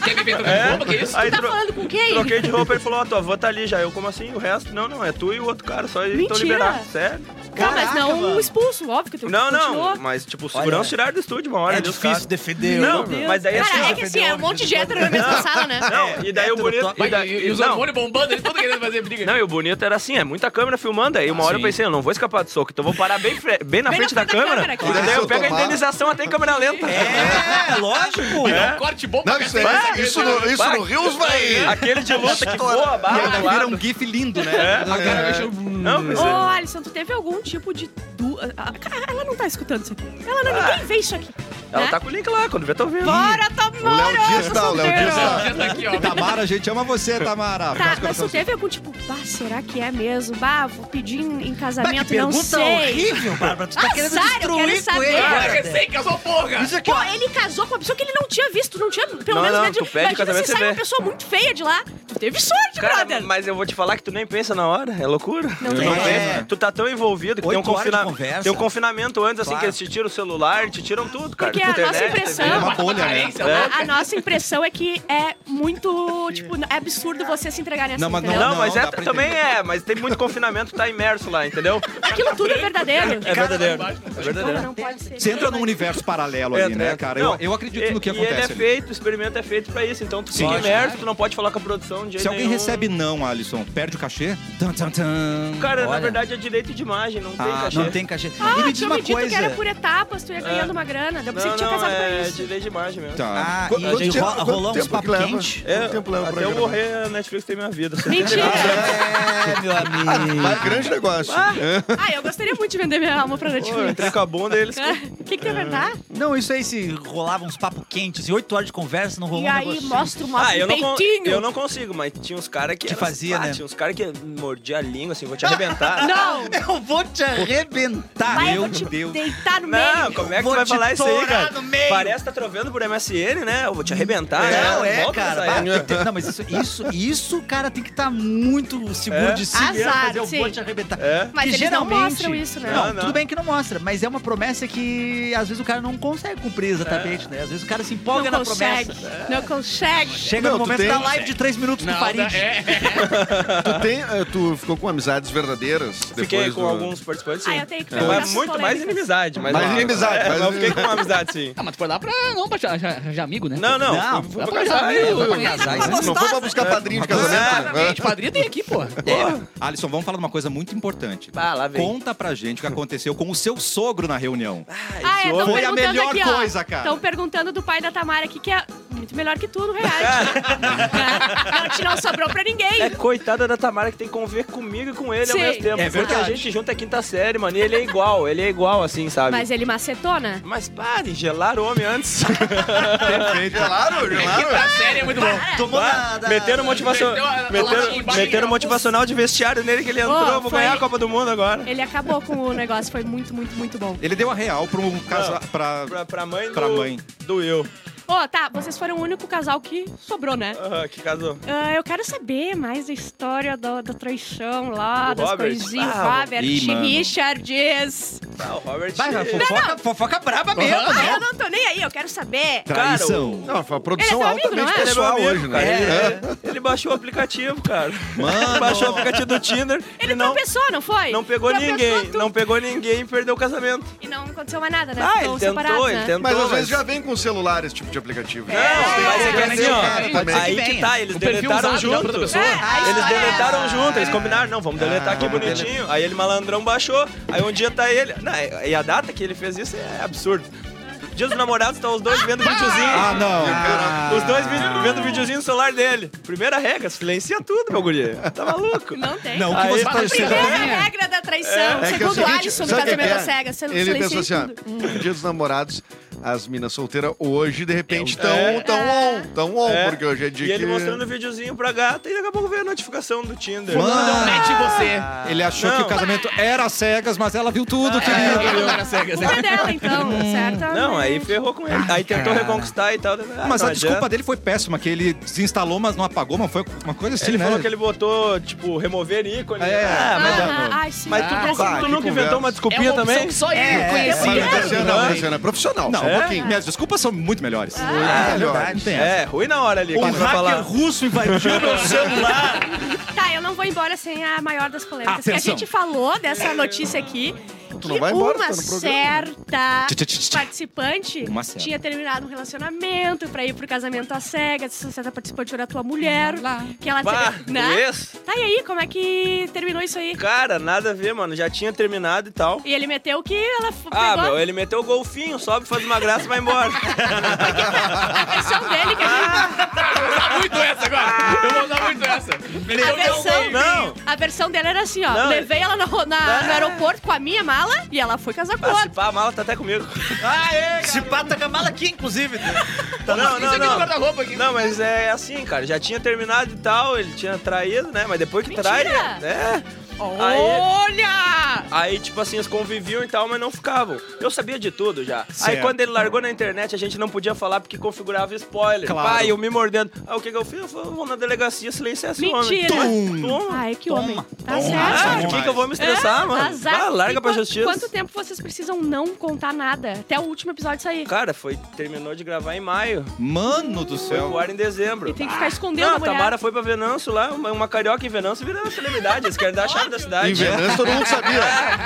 C: Quer me ver tocando bomba? Que isso?
H: Aí
E: Tá
H: tro-
E: falando com quem?
H: troquei de roupa, ele falou, ó, tua avó tá ali já. Eu, como assim? O resto? Não, não, é tu e o outro cara, só eles tô
E: Mentira.
H: liberado. Sério?
E: Não, Tá, mas não
D: Caraca, mano.
E: expulso, óbvio que tu
H: Não, não,
E: continuou.
H: mas tipo, os segurança
D: Olha,
H: tiraram do estúdio uma hora.
D: É
H: ali, os
D: difícil
H: caras.
D: defender.
H: Não,
D: né?
H: mas daí
E: Cara, é
H: assim.
E: que assim, é um monte de hétero na mesma sala, né?
H: Não, e daí o
D: Hétero
H: bonito.
D: top.
H: E,
C: Vai,
H: daí,
C: e, e os
H: não,
C: hormônios bombando, eles todos querendo fazer briga.
H: não, e o bonito era assim, é muita câmera filmando. Aí uma hora eu
C: Sim.
H: pensei, eu não vou escapar do soco, então eu vou parar bem, fre- bem na
E: Bem
H: frente da câmera.
E: aqui.
H: e daí
B: Se
H: eu
B: eu
H: pego a
B: tomar-
H: indenização até em câmera lenta.
D: É,
H: [laughs]
D: lógico.
C: Não, corte bom
B: Não,
C: pra
B: isso, é,
C: cacete.
B: isso, no, isso
H: Vai.
B: no Rios vai.
H: Aquele de luta que voa a
A: E
H: barra
A: ainda
H: do
A: vira
H: lado.
A: um gif lindo, né?
C: A cara mexeu...
H: Não,
E: Ô,
H: pensei.
E: Alisson, tu teve algum tipo de. Du... Ah, cara, Ela não tá escutando isso aqui. Ela não, ninguém vê isso aqui.
H: Ela
E: né?
H: tá com o link lá, quando vê, tô vendo.
E: Bora, um
B: O
E: Tamara!
B: Léo Dias tá, o Léo Dias tá.
C: Já tá aqui, ó.
A: Tamara, a gente ama você, Tamara.
E: Tá,
A: Faz
E: mas tu
A: coração.
E: teve algum tipo, bah, será que é mesmo? Bah, vou pedir em, em
D: Bah,
E: casamento,
D: que
E: não
D: pergunta
E: sei.
D: horrível, Bárbara. Tu tá
E: Azar,
D: querendo
E: eu quero
D: destruir com
E: saber.
D: ele.
E: Ah,
D: agora,
C: Cara,
D: né?
C: recém casou, porra.
D: Isso aqui,
E: Pô,
D: ó.
E: ele casou com uma pessoa que ele não tinha visto, não tinha, pelo
H: Não,
E: menos,
H: não,
E: né? de-
H: tu pede
E: Imagina
H: casamento,
E: se
H: você
E: sai
H: vê.
E: uma pessoa muito feia de lá. Tu teve sorte,
H: Cara,
E: brother.
H: mas eu vou te falar que tu nem pensa na hora, é loucura.
E: Não
H: tu
E: tem.
D: É.
A: né?
H: pensa. Tu tá tão envolvido que tem um,
D: Oito horas de
H: confina...
D: conversa.
H: tem um confinamento antes, assim,
D: Claro.
H: que eles te tiram o celular, te tiram tudo, cara.
E: Porque é a nossa
H: Internet,
E: impressão.
H: TV.
A: uma bolha, né?
C: Carência,
H: É.
E: A, a nossa impressão é que é muito, tipo, é absurdo você se entregar nessa
A: Não, mas
E: entendeu?
H: Não,
A: Não,
H: mas
A: dá
H: é,
A: pra
H: também
A: entender.
H: é, mas tem muito confinamento, tu tá imerso
E: [laughs]
H: lá, entendeu?
E: Aquilo tudo é verdadeiro.
H: É verdadeiro. É
E: Cara,
H: verdadeiro.
E: não pode ser.
A: Você entra num universo paralelo ali,
H: Entra,
A: né,
H: entra.
A: cara?
H: É, Não,
A: Eu, eu acredito
H: e-
A: no que
H: E ele
A: acontece.
H: é
A: ali.
H: feito, o experimento é feito pra isso, então tu fica imerso, tu não pode falar com a produção de jeito
A: Se alguém
H: nenhum.
A: recebe não, Alisson, perde o cachê? Tum, tum, tum.
H: Cara, na
D: Olha.
H: verdade é direito de imagem, não tem
D: Ah,
H: cachê.
D: não tem cachê.
E: Ah,
D: e me diz
E: tinha
D: uma
E: me dito que era
D: coisa.
E: por etapas, tu ia ganhando uma grana. Deu pra você
H: Não,
E: que tinha
H: não,
E: casado com
H: é
E: isso.
H: direito de imagem mesmo.
A: Tá.
D: Ah, e
B: Quanto
D: aí
B: tempo-
D: ro-
B: quanto
D: rolou uns
B: tempo que
D: papo
B: leva?
D: quente.
H: É,
B: Quanto tempo leva pra
H: até eu
B: gravar?
H: morrer, a Netflix tem minha vida. assim. [laughs]
E: Mentira!
D: É, meu
B: [laughs]
D: amigo.
B: Mas um grande negócio.
E: ah, eu gostaria muito de vender minha alma pra
H: Pô, eu
E: Netflix. é
H: entrei com a bunda e eles...
E: O que que tu ia inventar?
D: Não, isso aí se rolava uns papo quente, negócios e oito horas de conversa não rolou
E: E
D: um
E: aí
D: negocinho.
E: mostra o
H: Ah,
E: mostra
H: eu
E: o
H: não, con-
E: peitinho.
H: eu não consigo, mas tinha uns caras que.
D: Que
H: era-
D: fazia,
H: ah,
D: né?
H: Tinha uns caras que mordia a língua, assim, vou te arrebentar.
E: [laughs] Não!
D: assim. [laughs] Eu vou te arrebentar.
E: Vai,
A: Meu
E: eu vou te
A: Deus.
E: deitar no
H: Não,
E: meio.
H: como é que
D: Vou
H: tu vai
D: te
H: falar isso aí,
D: torar
H: cara?
D: no meio.
H: Parece que tá trovendo por MSN, né? Eu vou te arrebentar, né?
D: Não, é,
H: Volta
D: cara.
H: nessa aí.
D: vai, tem- Não, mas isso, isso, isso, cara, tem que estar muito seguro
H: É.
D: de si mesmo.
E: Azar,
D: mas eu vou
E: sim.
D: te arrebentar.
H: É.
E: Mas
D: que
E: eles
D: geralmente,
E: não mostram isso, né?
H: Não,
D: Não, tudo bem que não mostra, mas é uma promessa que às vezes o cara não consegue cumprir exatamente, né? Às vezes o cara se
H: é
D: empolga
E: não
D: na
E: consegue.
D: promessa.
E: Não consegue.
D: Chega
B: Não,
D: no
B: tu
D: momento
B: tem-
D: da live de três minutos do
C: Não,
D: Farid.
C: é,
B: Tu, tem, eh, tu ficou com amizades verdadeiras
H: Fiquei
B: depois
H: com
B: do-
H: alguns participantes, sim. É,
E: Ah, eu tenho que
H: Mas
E: perguntar essas
H: muito mais
E: polêmicas.
H: inimizade. Mas
B: Mais
H: mas-
B: inimizade,
H: é,
B: mas-
H: mas eu fiquei com uma amizade, sim.
C: Ah, mas tu foi lá pra. Não, pra já, já, já amigo, né?
H: Não, não.
D: Não,
H: fui-
C: Dá
H: fui
C: pra
H: pra
C: já
H: casar,
C: amigo.
H: eu-
F: casais, né?
B: Não foi pra buscar padrinho
H: É.
B: de casamento? né?
C: Exatamente, padrinho tem aqui, pô.
A: Alisson, vamos falar de uma coisa muito importante.
H: Ah, lá vem.
A: Conta pra gente o que aconteceu com o seu sogro na reunião.
E: Ah, é, tão
A: Foi a
E: perguntando
A: melhor
E: aqui, ó.
A: coisa, cara.
E: Estão perguntando do pai da Tamara aqui, que é muito melhor que tu
A: [laughs]
E: no reality. não, te não sobrou pra ninguém.
H: É coitada da Tamara que tem que conviver comigo e com ele ao
E: Sim.
H: mesmo tempo.
A: É
H: porque a
A: verdade.
H: gente junta a quinta série, mano. E ele é igual, ele é igual, assim, sabe?
E: Mas ele macetou, né?
H: Mas parem, gelar o homem antes. [laughs]
B: Gelaram, gelaram.
C: A série é muito bom.
D: Tomou na, na-
H: meteram motivação.
C: Meteu a- tá a latinha
H: Meteram,
C: embaixo
H: meteram
C: do
H: motivacional de vestiário nele que ele entrou.
E: Ô,
H: vou
E: foi-
H: ganhar a Copa do Mundo agora.
E: Ele acabou com o negócio, foi muito, muito, muito bom.
A: Ele deu a real pra um casal. Pra...
H: Pra, pra mãe do.
A: Pra mãe.
H: Do Will.
E: Ô, tá, vocês foram o único casal que sobrou, né?
H: Aham, que casou.
E: Ah, eu quero saber mais da história da, da traição lá,
H: Do
E: das
H: Robert.
E: coisinhas.
H: Ah,
E: Robert,
A: Ih, mano.
E: Richards.
H: Ah, o Robert.
D: Vai, vai, fofoca, fofoca braba mesmo.
E: Ah, eu não tô nem aí, eu quero saber.
A: Traição.
B: Não, foi uma
E: Ele é
B: produção
E: teu amigo,
B: altamente
E: não é?
B: pessoal
H: Ele é meu
B: hoje,
H: amigo,
B: né?
H: cara. É, Ele baixou o aplicativo, cara.
A: Mano.
H: [laughs] Baixou o aplicativo do Tinder.
E: Ele tá
H: e não,
E: tropeçou, não foi?
H: não pegou
E: Tropeçou
H: ninguém.
E: tu-
H: Não pegou ninguém e perdeu o casamento.
E: E não aconteceu mais nada, né? Ficou
H: Ah, ele tentou,
E: separado,
H: ele
E: né?
H: tentou.
B: Então, Mas às vezes já vem com celular esse tipo de aplicativo.
H: Não, mas é que
D: Pode ser
H: assim,
D: que
H: ó.
D: venha, pode ser que
H: Aí que
D: venha.
H: tá, eles
C: O perfil
H: deletaram
C: usado já pra outra
H: junto.
C: pessoa.
E: Ah,
H: Eles
E: isso é.
H: deletaram junto, eles combinaram, não, vamos deletar aqui bonitinho. Aí ele malandrão baixou, aí um dia tá ele. Não, e a data que ele fez isso é absurdo. Dia dos namorados, tá os dois vendo videozinho.
A: Ah, não.
H: Os dois vi- vendo videozinho no celular dele. Primeira regra, silencia tudo, meu guri. Tá maluco?
E: Não tem.
A: Não, o que
H: [laughs] Aí
A: você
H: tá
A: tá
E: Primeira
A: dizendo?
E: é regra da traição,
B: É que é o
E: segundo
B: seguinte,
E: Alisson do
B: sabe o que
E: casamento
B: é?
E: à cega. Você não
B: Ele pensou
E: silencia
B: assim, ó,
E: tudo.
B: no dia dos namorados, as minas solteiras hoje, de repente, tão,
H: É.
B: tão on, tão on,
H: É.
B: porque hoje é dia
H: E ele
B: que...
H: mostrando o videozinho pra gata e daqui a pouco veio a notificação do Tinder.
C: Não
A: Mano,
C: mete você.
A: ele achou
H: Não.
A: que o casamento era às cegas, mas ela viu tudo,
B: "Ah,
A: querido.
C: Ele não era cego,
E: Culpa é dela, então,
B: Hum.
E: certo?
H: Não, aí ferrou com ele. Aí tentou reconquistar e tal. Ah,
A: Mas
H: não
A: a desculpa
H: adianta.
A: dele foi péssima, que ele desinstalou, mas não apagou, mas foi uma coisa assim,
H: Ele
A: né?
H: falou que ele botou, tipo, remover ícone.
A: É.
H: Ah, mas
E: Aham, ai, sim.
H: Mas tu,
C: Ah,
H: nunca-
B: tá,
H: tu
B: que
H: nunca
B: conversa.
H: inventou uma
C: É
H: desculpinha
C: uma opção
H: também?
C: que só ele
B: Mas não,
C: conhecia.
B: Luciana, não, Luciana, é profissional,
A: Não,
B: só
A: um
B: um pouquinho.
A: pouquinho. Minhas desculpas são muito melhores.
B: É melhor.
A: Não tem essa.
H: É, ruim na hora ali,
D: Um
H: quando vai falar.
D: hacker russo
H: [laughs]
D: invadiu meu celular.
E: Tá, eu não vou embora sem a maior das polêmicas. Que a
A: Atenção.
E: gente falou dessa notícia aqui.
B: Tu
E: Que
B: não vai embora,
E: uma
B: tá no programa.
E: certa
A: Tch, tch, tch, tch.
E: participante
A: Uma certa.
E: tinha terminado um relacionamento pra ir pro casamento às cegas. Essa certa participante era tua mulher. Que ela
H: Bah,
E: teve-
H: do ex?
E: Tá, e aí, como é que terminou isso aí?
H: Cara, nada a ver, mano. Já tinha terminado e tal.
E: E ele meteu que ela f-
H: Ah,
E: pegou
H: meu, ele meteu o golfinho, sobe, faz uma graça e vai embora.
E: a versão dele, que é a
H: Ah,
E: gente
C: Tá muito essa agora. Eu vou usar muito essa.
E: A
C: Meteu meu
E: versão,
H: Não.
E: a versão dela era assim, ó.
H: Não.
E: Levei ela no, ro- na- no aeroporto com a minha mala e ela foi casar com
H: Ah, se
E: outro.
H: pá, a mala tá até comigo.
D: Esse pato tá mala aqui, inclusive.
H: não,
C: Isso
H: não,
D: é
C: aqui no
H: não.
C: guarda-roupa aqui.
H: Não, mas é assim, cara. Já tinha terminado e tal, ele tinha traído, né? Mas depois que
E: Mentira!
H: trai, né? Aí,
E: Olha!
H: aí, tipo assim, eles conviviam e tal, mas não ficavam. Eu sabia de tudo já. Aí
A: Certo.
H: quando ele largou na internet, a gente não podia falar porque configurava spoiler.
A: Claro.
H: Pai, eu me mordendo. Aí o que, que eu fiz? Eu falei, vou na delegacia silenciar esse homem.
E: Mentira!
H: Toma.
E: Ai, que homem. Tá
H: Ah,
E: certo. É,
H: por que, que eu vou me estressar, mano?
E: Azar.
H: Ah, larga
E: E
H: pra
E: quan-
H: justiça.
E: Quanto tempo vocês precisam não contar nada? Até o último episódio sair.
H: Cara, foi, terminou de gravar em maio.
A: Mano do
B: Então-
H: Foi pro
A: céu.
H: ar em dezembro. Ah.
E: E tem que ficar escondendo
H: Não,
E: a
H: a
E: mulher.
H: Tamara foi pra Venâncio lá, uma, uma carioca em Venâncio virou celebridade. Eles querem dar a chave da
B: Em
H: cidade.
B: Venâncio todo mundo sabia.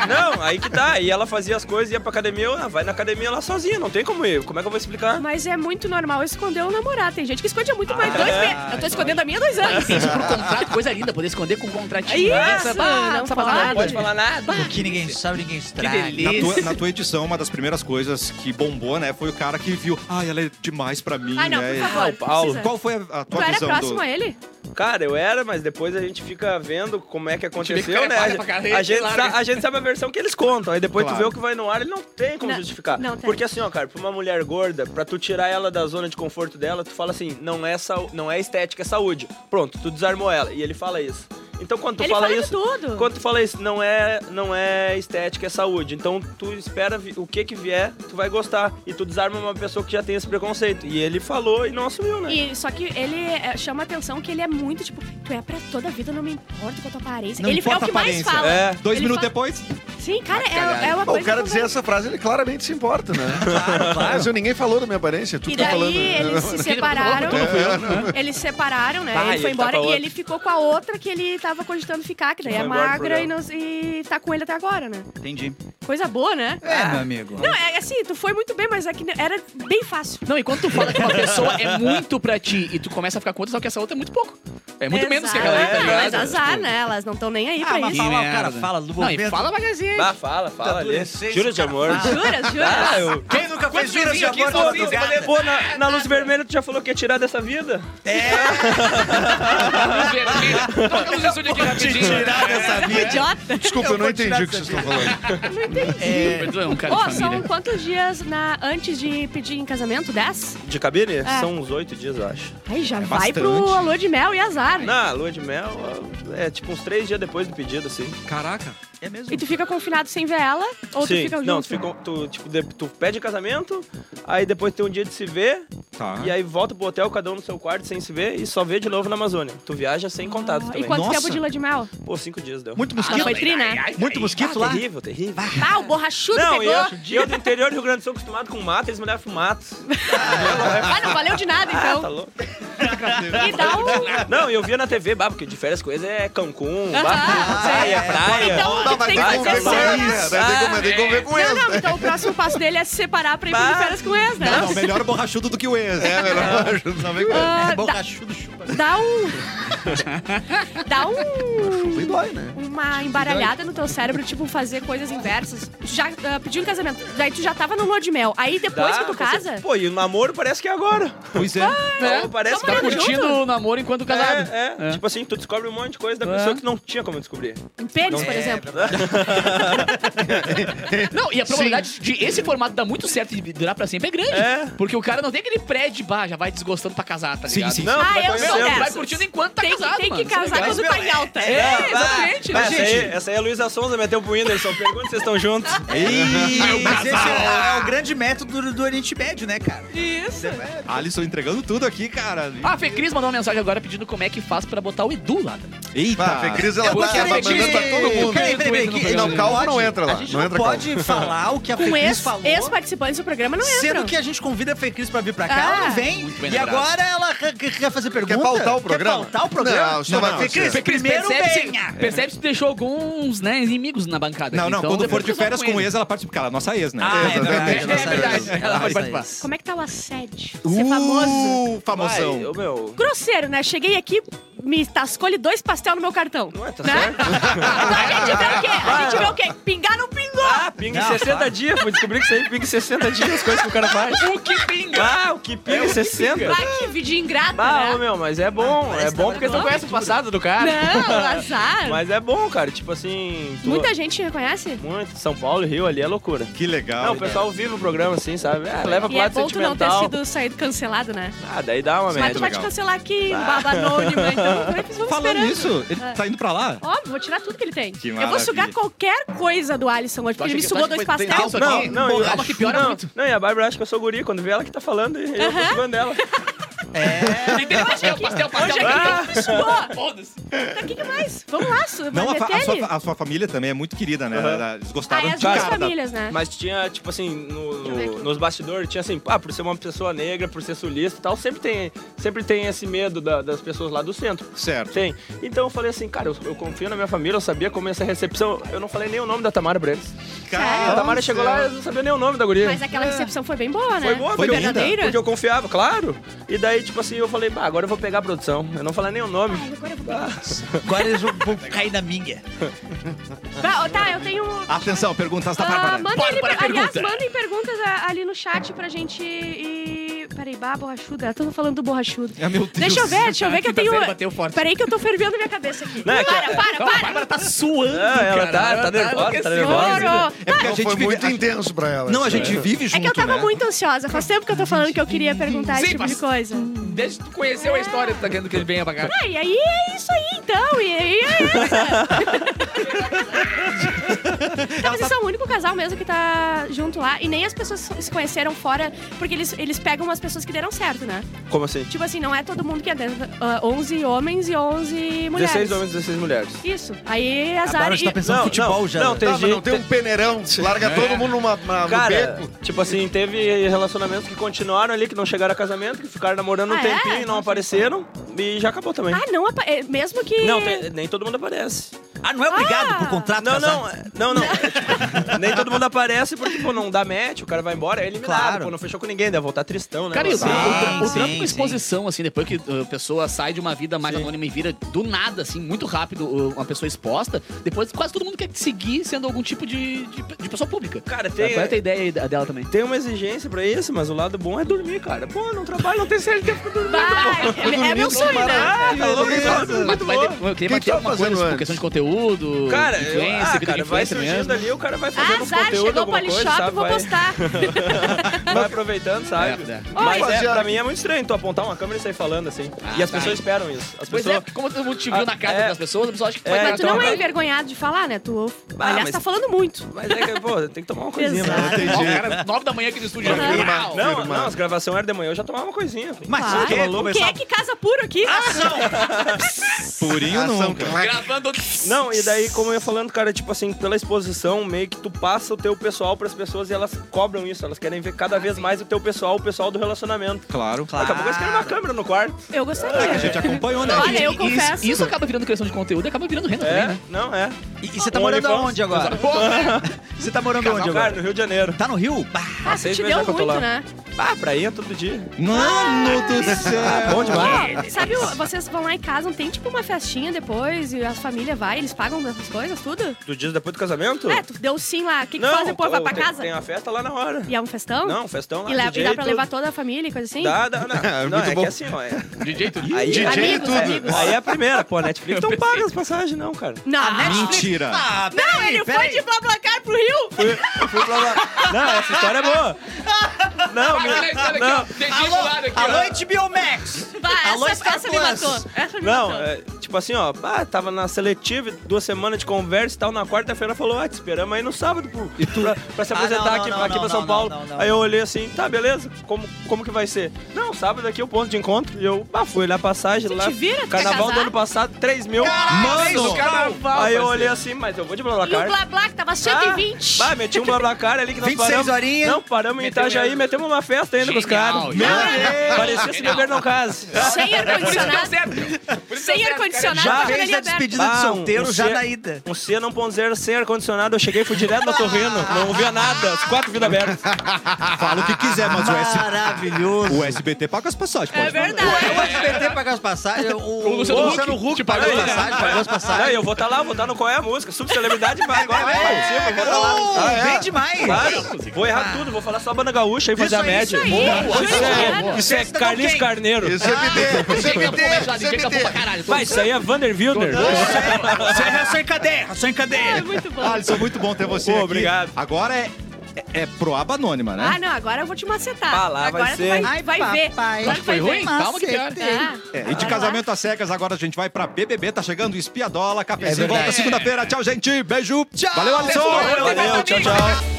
H: Não, aí que tá. E ela fazia as coisas, ia pra academia, eu, ah, vai na academia lá sozinha, não tem como ir. Como é que eu vou explicar?
E: Mas é muito normal esconder o namorado. Tem gente que esconde há muito mais.
H: Ah,
E: dois
H: é.
E: meses. Eu tô escondendo a minha há dois anos.
C: Isso pro contrato, coisa linda. Poder esconder com um contratinho.
E: Isso,
C: Nossa, bah,
E: não
C: precisa
E: pode.
C: falar nada.
E: Pode
H: falar nada.
D: Que ninguém sabe, ninguém
C: Que
D: estraga.
A: Na
C: delícia.
A: tua, na tua edição, uma das primeiras coisas que bombou, né, foi o cara que viu, ai, ela é demais pra mim,
E: Ai, Ah, não,
A: né?
E: por favor.
H: Paulo.
E: precisa.
A: Qual foi a, a
E: Tu
A: tua
E: era
A: visão
E: próximo
A: do...
E: a ele?
H: Cara, eu era, mas depois a gente fica vendo como é que
C: gente vê que o
H: aconteceu,
C: cara
H: né?
C: paga pra caralho,
H: A gente,
C: claro.
H: sa- a gente sabe a versão que eles contam, aí depois
A: Claro.
H: tu vê o que vai no ar, ele não tem como
E: Não,
H: justificar.
E: não tem.
H: Porque assim, ó, cara, pra uma mulher gorda, pra tu tirar ela da zona de conforto dela, tu fala assim, não é, sau- não é estética, é saúde. Pronto, tu desarmou ela. E ele fala isso. Então quando tu
E: Ele
H: fala
E: fala de
H: isso.
E: tudo.
H: Quando tu fala isso, não é, não é estética, é saúde. Então tu espera vi- o que que vier, tu vai gostar. E tu desarma uma pessoa que já tem esse preconceito. E ele falou e não assumiu, né?
E: E, só que ele é, chama a atenção que ele é muito tipo, tu é pra toda a vida, não me importa com a tua aparência.
A: Não
E: ele é o
A: importa
E: que
A: a
E: mais
A: aparência.
E: fala.
H: É.
A: Dois
E: Ele
A: minutos
E: fala-
A: depois,
E: Sim, cara,
F: caralho.
E: é, é uma
B: Bom,
E: coisa.
B: o cara
E: que
B: dizer essa frase, ele claramente se importa, né? Mas eu, ninguém falou da minha aparência, tu
E: E
B: que tá
E: daí
B: falando.
E: eles se separaram. [laughs] Eles se separaram, né?
H: Bah,
E: ele
H: ele
E: foi
H: tá
E: embora
H: com a
E: e
H: outra.
E: ele ficou com a outra que ele tava cogitando ficar, que daí
H: Que
E: é
H: foi embora pro
E: magra e,
H: programa.
E: não, e tá com ele até agora, né?
D: Entendi.
E: Coisa boa, né?
D: É, meu amigo.
E: Não, é assim, tu foi muito bem, mas é que era bem fácil.
C: Não, e quando tu fala que uma pessoa é muito pra ti e tu começa a ficar com outra, só que essa outra é muito pouco. É muito menos que aquela ali, tá
E: Exato,
C: ligado?
E: Mas azar, né? Elas não estão nem aí
D: Ah,
E: pra
D: mas
E: isso.
D: fala, o
C: Que
D: cara
C: merda.
D: fala do
C: Não,
D: momento.
C: e fala magazine.
H: Ah, fala,
C: Tá
H: fala ali.
D: adolescente,
H: Juras de
D: cara,
H: amor.
E: Juras, juras?
H: Ah, eu...
D: Quem nunca fez
C: Quantos
D: juras de
C: vizinhos
D: amor
C: aqui
D: na
C: são
D: madrugada?
H: Pô, na, na luz vermelha tu já falou que ia tirar dessa vida?
C: Luz vermelha. Toca a luz azul aqui rapidinho.
H: É,
G: Tirar dessa vida.
E: Idiota.
B: Desculpa, eu,
D: Eu
B: não
D: vou tirar
B: entendi o que
D: essa
B: vocês estão falando.
C: É, Pedro é um cara
E: Ô,
C: de
E: são
C: família.
E: quantos dias na, antes de pedir em casamento? Dez?
H: De cabine?
E: É.
H: São uns oito dias, eu acho.
E: Aí
C: É
E: já vai pro
A: bastante.
E: alô de mel e azar.
H: Na lua de mel, é tipo uns três dias depois do pedido, assim.
A: caraca,
D: É mesmo?
E: E tu fica confinado sem ver ela? Ou tu
H: Sim.
E: fica junto?
H: Não, tu, fica, tu, tipo, de- tu pede casamento, aí depois tem um dia de se ver,
A: tá.
H: e aí volta pro hotel, cada um no seu quarto, sem se ver, e só vê de novo na Amazônia. Tu viaja sem contato
E: Ah,
H: também.
E: E quanto
A: Nossa.
E: tempo de lua de mel?
H: Pô, cinco dias deu.
A: Muito
E: Ah,
A: mosquito,
E: foi tri, né?
A: muito mosquito lá.
H: terrível, terrível.
E: Ah, o borrachudo
H: Não, e
E: pegou.
H: eu, e eu do interior do Rio Grande do Sul acostumado com mato, eles me levam pro mato.
E: Então, Ah, não valeu de nada,
H: Ah,
E: então.
H: [laughs] tá louco.
E: E dá um...
H: [laughs] Não, e eu via na TV, bah, porque de férias coisas é Cancún, bah,
E: Ah,
H: praia,
E: é.
H: praia.
E: Então,
B: Não,
E: tu
B: mas
E: tem
B: tem
E: que
H: vai,
B: que
E: fazer
H: vai,
B: conver com
H: vai.
E: assim.
B: ela, né? Tem que- tem que conver com
E: Não,
B: ela.
E: não, então o próximo passo dele é se separar pra ir de
H: Bah.
E: férias com o ex, né?
A: Não, melhor o borrachudo do que o ex.
B: É, melhor. Não vem com ela.
E: Ah,
D: É borrachudo, chupa.
E: dá
H: [laughs]
E: um... dá um...
B: E dói, né?
E: Uma embaralhada no teu cérebro, tipo, fazer coisas inversas. Tu já ah, pediu em casamento, daí tu já tava no lua de mel. Aí depois
H: Dá,
E: que tu
H: você-
E: casa...
H: Pô, e o namoro parece que é agora.
A: Pois é.
H: Então, parece
E: Tá
C: Tá
H: que
E: morando
C: curtindo
E: junto?
C: o namoro enquanto casado.
H: É, é.
C: É.
H: Tipo assim, tu descobre um monte de coisa da
C: É.
H: pessoa que não tinha como descobrir.
E: Em pênis,
H: é,
E: por exemplo.
C: Não, e a probabilidade de esse formato dar muito certo e durar pra sempre é grande.
H: É.
C: Porque o cara não tem aquele pré de bah, já vai desgostando pra casar, tá
A: Sim,
C: ligado?
A: sim.
H: Não, tu
E: Ah,
H: vai
E: eu
H: conhecendo.
E: sou
C: Meu, vai
E: dessas.
C: curtindo enquanto tá
E: tem, que-
C: casado,
E: tem que
C: mano. Isso
E: casar
C: legal.
E: quando tá em alta.
C: É, exatamente.
E: Tipo,
H: Vai,
C: Mas,
H: essa, aí, essa aí é a Luísa Sonza, meteu pro Whindersson. Pergunta se vocês estão juntos.
B: É
D: Mas esse é, é o grande método do, do Oriente Médio, né, cara?
E: Isso.
A: [laughs] Alisson entregando tudo aqui, cara.
C: Ah, a Fê Cris mandou uma mensagem agora pedindo como é que faz pra botar o Edu lá. também.
A: Eita.
B: Ah, a Fê Cris,
D: É
B: ela
C: Eu
B: tá
C: gostaria
B: ela tá
C: de-
B: mandando pra todo mundo.
D: Peraí, peraí, peraí.
C: Não,
D: que-
B: não, calma,
D: pode-
B: não entra lá,
D: A gente
B: não
D: não
B: entra,
D: pode falar o que a Fê
E: Com
D: Cris
E: ex-
D: falou.
E: ex-participantes do programa não entram.
D: Sendo que é. a gente convida a Fê Cris pra vir pra cá,
E: Ah.
D: ela não vem.
C: Muito bem
D: E
C: lembrado.
D: agora ela quer- quer quer fazer pergunta.
B: Quer pautar o programa?
D: Quer pautar o programa?
B: Não, só vai-
D: Fê Cris,
B: Fê
D: primeiro
C: percebe,
D: venha.
C: se, percebe se deixou alguns né, inimigos na bancada.
A: Não,
C: aqui.
A: não,
C: Então,
A: quando
C: depois
A: for de
C: nós vamos
A: férias com o
C: ele.
A: ex, ela participa, porque ela é nossa ex, né?
D: Ah, é verdade.
C: É verdade. Ela pode participar.
E: Como é que tá o assédio? Ser famoso.
A: Uh, famosão.
H: Vai, ô, meu.
E: Grosseiro, né? Cheguei aqui, me tascou-lhe dois pastel no meu cartão.
H: Ué, tá
E: né?
H: certo.
E: [laughs] Então a gente vê o quê? A gente vê o quê? Pingar não pingou.
H: Ah, pinga em
D: Não,
H: 60 dias. Vou descobrir que isso aí pinga em 60 dias, as coisas que o cara faz.
C: O que pinga?
H: Ah, o que pinga em 60?
E: Ah, que vida ingrata,
H: Ah, ô,
E: né?
H: meu, mas é bom. É bom porque tu não conhece o passado do cara.
E: tá Não, azar.
H: Mas é bom, cara. Tipo assim... tu-
E: Muita gente reconhece?
H: Muito. São Paulo e Rio ali é loucura.
A: Que legal.
H: Não, o pessoal vive o programa assim, sabe? Ah, leva pro
E: E é
H: lado
E: bom tu não ter
H: sentimental.
E: sido saído cancelado, né?
H: Ah, daí dá
E: Mas
H: uma
E: tu
H: média.
E: vai te cancelar aqui no Baba Anônima, então
A: Falando
E: vamos esperando. Ah.
A: nisso, ele tá indo pra lá?
E: Óbvio, vou tirar tudo que ele tem.
A: Que
E: eu vou
A: maravilha.
E: sugar qualquer coisa do Alisson
C: Tu
E: hoje, porque
C: acha
E: ele me
C: que-
E: sugou
C: tu acha
E: dois
C: que tem
E: pastéis.
C: alça?
H: Não,
C: aqui.
H: não,
C: Pô,
H: eu
C: calma
H: acho-
C: que piora
H: não,
C: muito.
H: Não, e a Bárbara acha que eu sou guri. Quando vê ela que tá falando, e eu tô
E: [laughs]
H: sugando ela.
C: Tem pastel, pastel,
E: Hoje é
C: pastel.
E: aqui ele me sugou.
C: Foda-se.
E: Então, O que, que mais? Vamos lá, su- vai
A: Não, a, fa-
E: meter
A: a
E: ele?
A: sua, a sua família também é muito querida, né?
H: Aham.
A: Eles
E: é Ah,
A: gostaram
E: é as
A: de
E: duas
A: cara. da-
E: famílias, né?
H: Mas tinha, tipo assim, no-
E: eu ver aqui.
H: nos bastidores, tinha assim, ah, por ser uma pessoa negra, por ser sulista e tal, sempre tem, sempre tem esse medo da- das pessoas lá do centro.
A: Certo.
H: Tem. Então eu falei assim, cara, eu, eu confio na minha família, eu sabia como ia ser a recepção. Eu não falei nem o nome da Tamara pra eles.
A: Cara,
E: Ah,
H: a
E: então.
H: Tamara chegou lá,
A: céu.
H: eu não sabia nem o nome da guria.
E: Mas aquela recepção foi bem boa, né?
H: Foi boa,
E: foi
H: foi linda.
E: verdadeira.
H: Porque eu confiava, claro. E daí, tipo assim, eu falei, bah, agora eu vou pegar a produção. Eu não falei nem o nome.
E: Ai, agora eu vou pegar isso.
D: Agora eles vão vão cair na minha.
E: Vai, ó, tá, eu tenho.
A: Atenção, perguntas da
E: Ah,
A: Tá, Bárbara. É
E: mandem,
C: Bárbara,
E: aliás,
C: pergunta.
E: mandem perguntas a- ali no chat pra gente ir. Peraí, Maribá, borrachuda. Eu tava falando do borrachudo.
A: Ah, meu Deus.
E: Deixa eu ver, deixa eu ver que eu tenho.
C: Quinta-feira bateu forte.
E: Peraí que eu tô fervendo minha cabeça aqui.
H: Não, é que-
E: Para, para,
C: Calma, a
E: para.
C: Bárbara tá suando, assim,
H: Ah, ela
C: cara.
H: tá- tá nervosa, tá
C: enlouquecida.
H: nervosa.
E: Chorou.
A: É porque a
B: Não,
A: gente
B: foi
A: vive...
B: muito
A: a-
B: intenso pra ela.
A: Não, a gente vive junto,
E: É que eu
A: [laughs]
E: tava
A: né?
E: muito ansiosa. Faz tempo que eu tô falando que eu queria perguntar esse
C: Sim,
E: tipo
C: mas-
E: de coisa.
C: Desde que tu conheceu a história, tu tá querendo que ele venha pra cá.
E: Ah, e aí é isso aí, então. E aí é
A: [laughs]
E: essa. Não, mas isso é o único casal mesmo que tá junto lá. E nem as pessoas se conheceram fora, porque eles, eles pegam as pessoas que deram certo, né?
H: Como assim?
E: Tipo assim, não é todo mundo que é dentro. ah, 11 homens e 11 mulheres.
H: 16 homens, 16 mulheres.
E: Isso. Aí
D: A
E: azar.
D: Bárbara
E: E...
D: já tá pensando
H: Não,
D: em futebol
H: não,
D: já.
H: não,
D: né?
H: tem
B: Tá, mas não
H: gente-
B: tem um peneirão. Larga todo mundo numa, na, no
H: Cara,
B: beco.
H: tipo assim, teve relacionamentos que continuaram ali, que não chegaram a casamento, que ficaram namorando um
E: Ah, é?
H: tempinho e não apareceram. E já acabou também.
E: Ah, não, apa- é, mesmo que.
H: Não, tem- nem todo mundo aparece.
D: Ah, não é obrigado por contrato
H: Não,
D: casar?
H: não, é- não, não. [laughs] Tipo, nem todo mundo aparece porque, pô, não dá match, o cara vai embora, é eliminado.
D: Claro.
H: Pô, não fechou com ninguém, deve voltar tristão, né?
C: Cara, e o,
H: Sim.
C: tra- o tra- o
D: sim,
C: trampo com
D: sim.
C: exposição, assim, depois que uh, a pessoa sai de uma vida mais anônima e vira do nada, assim, muito rápido, uh, uma pessoa exposta, depois quase todo mundo quer te seguir sendo algum tipo de, de, de pessoa pública.
H: Cara,
C: Sabe?
H: tem,
C: Qual é a tua ideia aí da- dela também?
H: tem uma exigência pra isso, mas o lado bom é dormir, cara. Pô, não trabalho, não tem CLT pra dormir.
E: Vai, é, é meu sonho, né?
H: Ah, tá louco,
B: beleza.
H: tá
C: Mas tu vai
H: bom.
C: de- eu queria
B: Quem
C: maquiar alguma
B: tava
C: coisa
B: fazendo
C: por
B: antes?
C: questão de conteúdo,
H: tá Cara, eu-
C: influência,
H: ah,
C: vida de
H: cara, vai
C: influência
H: surgindo
C: mesmo. Ah,
H: ali, o cara vai fazendo um
E: Azar,
H: conteúdo,
E: chegou o
H: alguma coisa,
E: Polishop,
H: sabe?
E: vou
H: vai,
E: postar.
H: [laughs] vai aproveitando, sabe?
C: É, é.
H: Mas
B: Oi.
H: é, pra mim é muito estranho tu apontar uma câmera e sair falando assim.
C: Ah,
H: e as
C: tá.
H: pessoas esperam isso. As
C: Pois
H: pessoas...
C: é, porque como todo mundo te viu
H: Ah,
C: na casa
H: é.
C: das pessoas, a pessoa acha que tu vai
H: É,
C: dar
E: Mas tu não
H: então,
E: é
H: vai.
E: envergonhado de falar, né? Tu,
H: Ah,
E: aliás,
H: mas-
E: tá falando muito.
H: Mas é que, pô, tem que tomar uma coisinha, né?
E: Exato.
C: Ó, cara, nove da manhã aqui no estúdio. já
E: Confirma.
C: Uau.
H: Não, é não, as gravações eram de manhã, eu já tomava uma coisinha.
D: Mas
E: Claro.
D: o quê?
E: Quem é que casa puro aqui?
H: Ah,
A: Purinho
B: Ação
A: nunca.
B: claque.
C: Gravando...
H: Não, e daí, como eu ia falando, cara, tipo assim, pela exposição, meio que tu passa o teu pessoal pras pessoas e elas cobram isso, elas querem ver cada vez mais o teu pessoal, o pessoal do relacionamento.
A: Claro.
H: Daqui a pouco eles querem uma câmera no quarto.
E: Eu
A: É que a
E: gostaria.
A: gente acompanhou, né?
E: Olha, eu
C: Isso-
E: confesso.
C: Isso, acaba virando criação de conteúdo e acaba virando renda também,
H: É,
C: né?
H: não, é.
D: E, e você tá morando
H: OnlyFans.
D: aonde agora? [laughs] Você tá morando aonde
H: Cara,
D: agora?
H: no Rio de Janeiro.
D: Tá no Rio? Bah,
E: Ah,
H: Seis
E: te
H: meses
E: deu
H: já que eu tô
E: muito,
H: lá.
E: né?
H: Ah, praia todo dia.
A: Mano do céu.
H: Bom demais.
E: Ó, Tipo, ah, sabe, o- vocês vão lá em casa, não tem tipo uma festinha depois e a família vai, eles pagam essas coisas, tudo?
H: Dos dias depois do casamento?
E: É, tu deu sim lá. O que, que
H: Não, tá
E: faz depois? Vai pra
H: tem-
E: casa?
H: Tem a festa lá na hora.
E: E é um festão?
H: Não, festão lá.
E: E, leva- e
H: DJ
E: dá pra
H: tudo.
E: levar toda a família e coisa assim?
H: Dá, dá, não.
B: [laughs] É,
H: não,
B: muito
H: é
B: bom.
H: que assim, ó. É,
C: né? De jeito nenhum.
H: aí,
B: DJ
H: aí,
B: e
E: amigos,
B: tudo.
E: amigos.
H: aí é a primeira, pô. A Netflix não paga as passagens, não, cara.
E: Não,
A: Mentira.
E: não ele foi de Blablacar pro
H: [laughs]
E: Rio!
H: Fui, fui pra lá. Não, essa história é boa. Não,
C: Olha a história
H: meu,
C: aqui, ó.
H: não.
C: Tem gente do lado aqui, ó.
D: Alô, HBO Max!
E: Vai,
D: Alô,
E: essa,
D: Star
E: essa me
D: Plus.
E: matou. Essa me
H: Não,
E: matou.
H: é, tipo assim, ó, pá, tava na seletiva, duas semanas de conversa e tal, na quarta-feira falou, ah, te esperamos aí no sábado pro, pra, pra se
D: Ah,
H: apresentar
D: não, não,
H: aqui,
D: não,
H: aqui
D: não,
H: pra São
D: não,
H: Paulo.
D: não, não,
H: Aí eu olhei assim, tá, beleza, como, como que vai ser? Não, sábado aqui é o ponto de encontro. E eu, pá, fui olhar a passagem
E: Gente,
H: lá,
E: vira, tu quer
H: carnaval do
E: casar?
H: ano passado, 3 mil.
D: Mano!
H: Mano! Aí eu olhei assim, mas eu vou de
E: E o
H: Blablacar.
E: Blablac tava
H: Ah,
E: 120.
H: bah, meti um Blablacar ali que nós
D: 26
H: paramos.
D: horinha.
H: Não, paramos em
C: Meteu
H: Itajaí,
C: mesmo.
H: metemos uma festa ainda com os caras.
C: Genial,
H: Meu
C: genial.
H: Deus! Parecia se
C: Genial.
H: beber não case. [laughs]
E: Sem ar-condicionado. Sem ar-condicionado,
H: Já
E: tava
D: Fez
E: na
H: fez
E: linha
D: a
E: aberta.
D: despedida de
H: Ah,
D: solteiro
H: um
D: já
H: ser-
D: na ida.
H: Um C 1.0 sem ar-condicionado, eu cheguei e fui direto na Torrino. Não via nada, as quatro vidas abertas.
A: Fala o que quiser, mas o, S...
D: Maravilhoso.
A: o SBT paga as passagens.
E: É
A: pode falar.
E: verdade.
D: O SBT pagou as passagens. O, o
C: Luciano Huck te
D: pagou
C: pagou,
D: as
C: né?
D: passagens, pagou as passagens.
H: Aí, eu vou estar lá, vou estar no Qual é a Música, subcelebridade, vai agora, vai participa, eu vou estar lá.
D: Oh,
B: Ah, é?
D: Bem demais.
H: Claro, vou errar tudo, vou falar só banda gaúcha e fazer a
D: aí,
H: média.
E: isso aí,
H: Boa,
E: isso
H: Isso
E: aí.
H: é, isso é
D: Isso é
H: Carlinhos
D: quem?
H: Carneiro.
B: Isso é BD, isso é
C: Chega a
B: BD,
C: porra, Jade,
B: isso é
C: chega a porra pra
B: BD.
C: caralho.
H: Vai, isso aí é Vander Wilner.
D: Você é ração em cadeia, ração em
E: É
D: cadeia.
E: muito
H: Né?
E: bom.
A: Alisson, muito bom ter você
H: Pô,
A: aqui.
H: obrigado.
A: Agora é, é, é proaba anônima, né?
E: Ah, não, agora eu vou te macetar.
H: Bah, lá
E: agora
H: vai
E: tu
H: ser.
E: vai, vai ver. Agora
C: Acho
E: tu
C: que foi
E: vai
C: ruim?
E: ver.
C: Calma que pior.
E: Tá.
A: É, e de
E: Ah.
A: casamento às cegas, agora a gente vai pra BBB, tá chegando
E: É
A: o Espiadola, cafezinho,
D: verdade.
A: volta segunda-feira. Tchau, gente, beijo.
D: Tchau.
A: Valeu, Alisson.
C: Até segunda.
H: Valeu, tchau, tchau.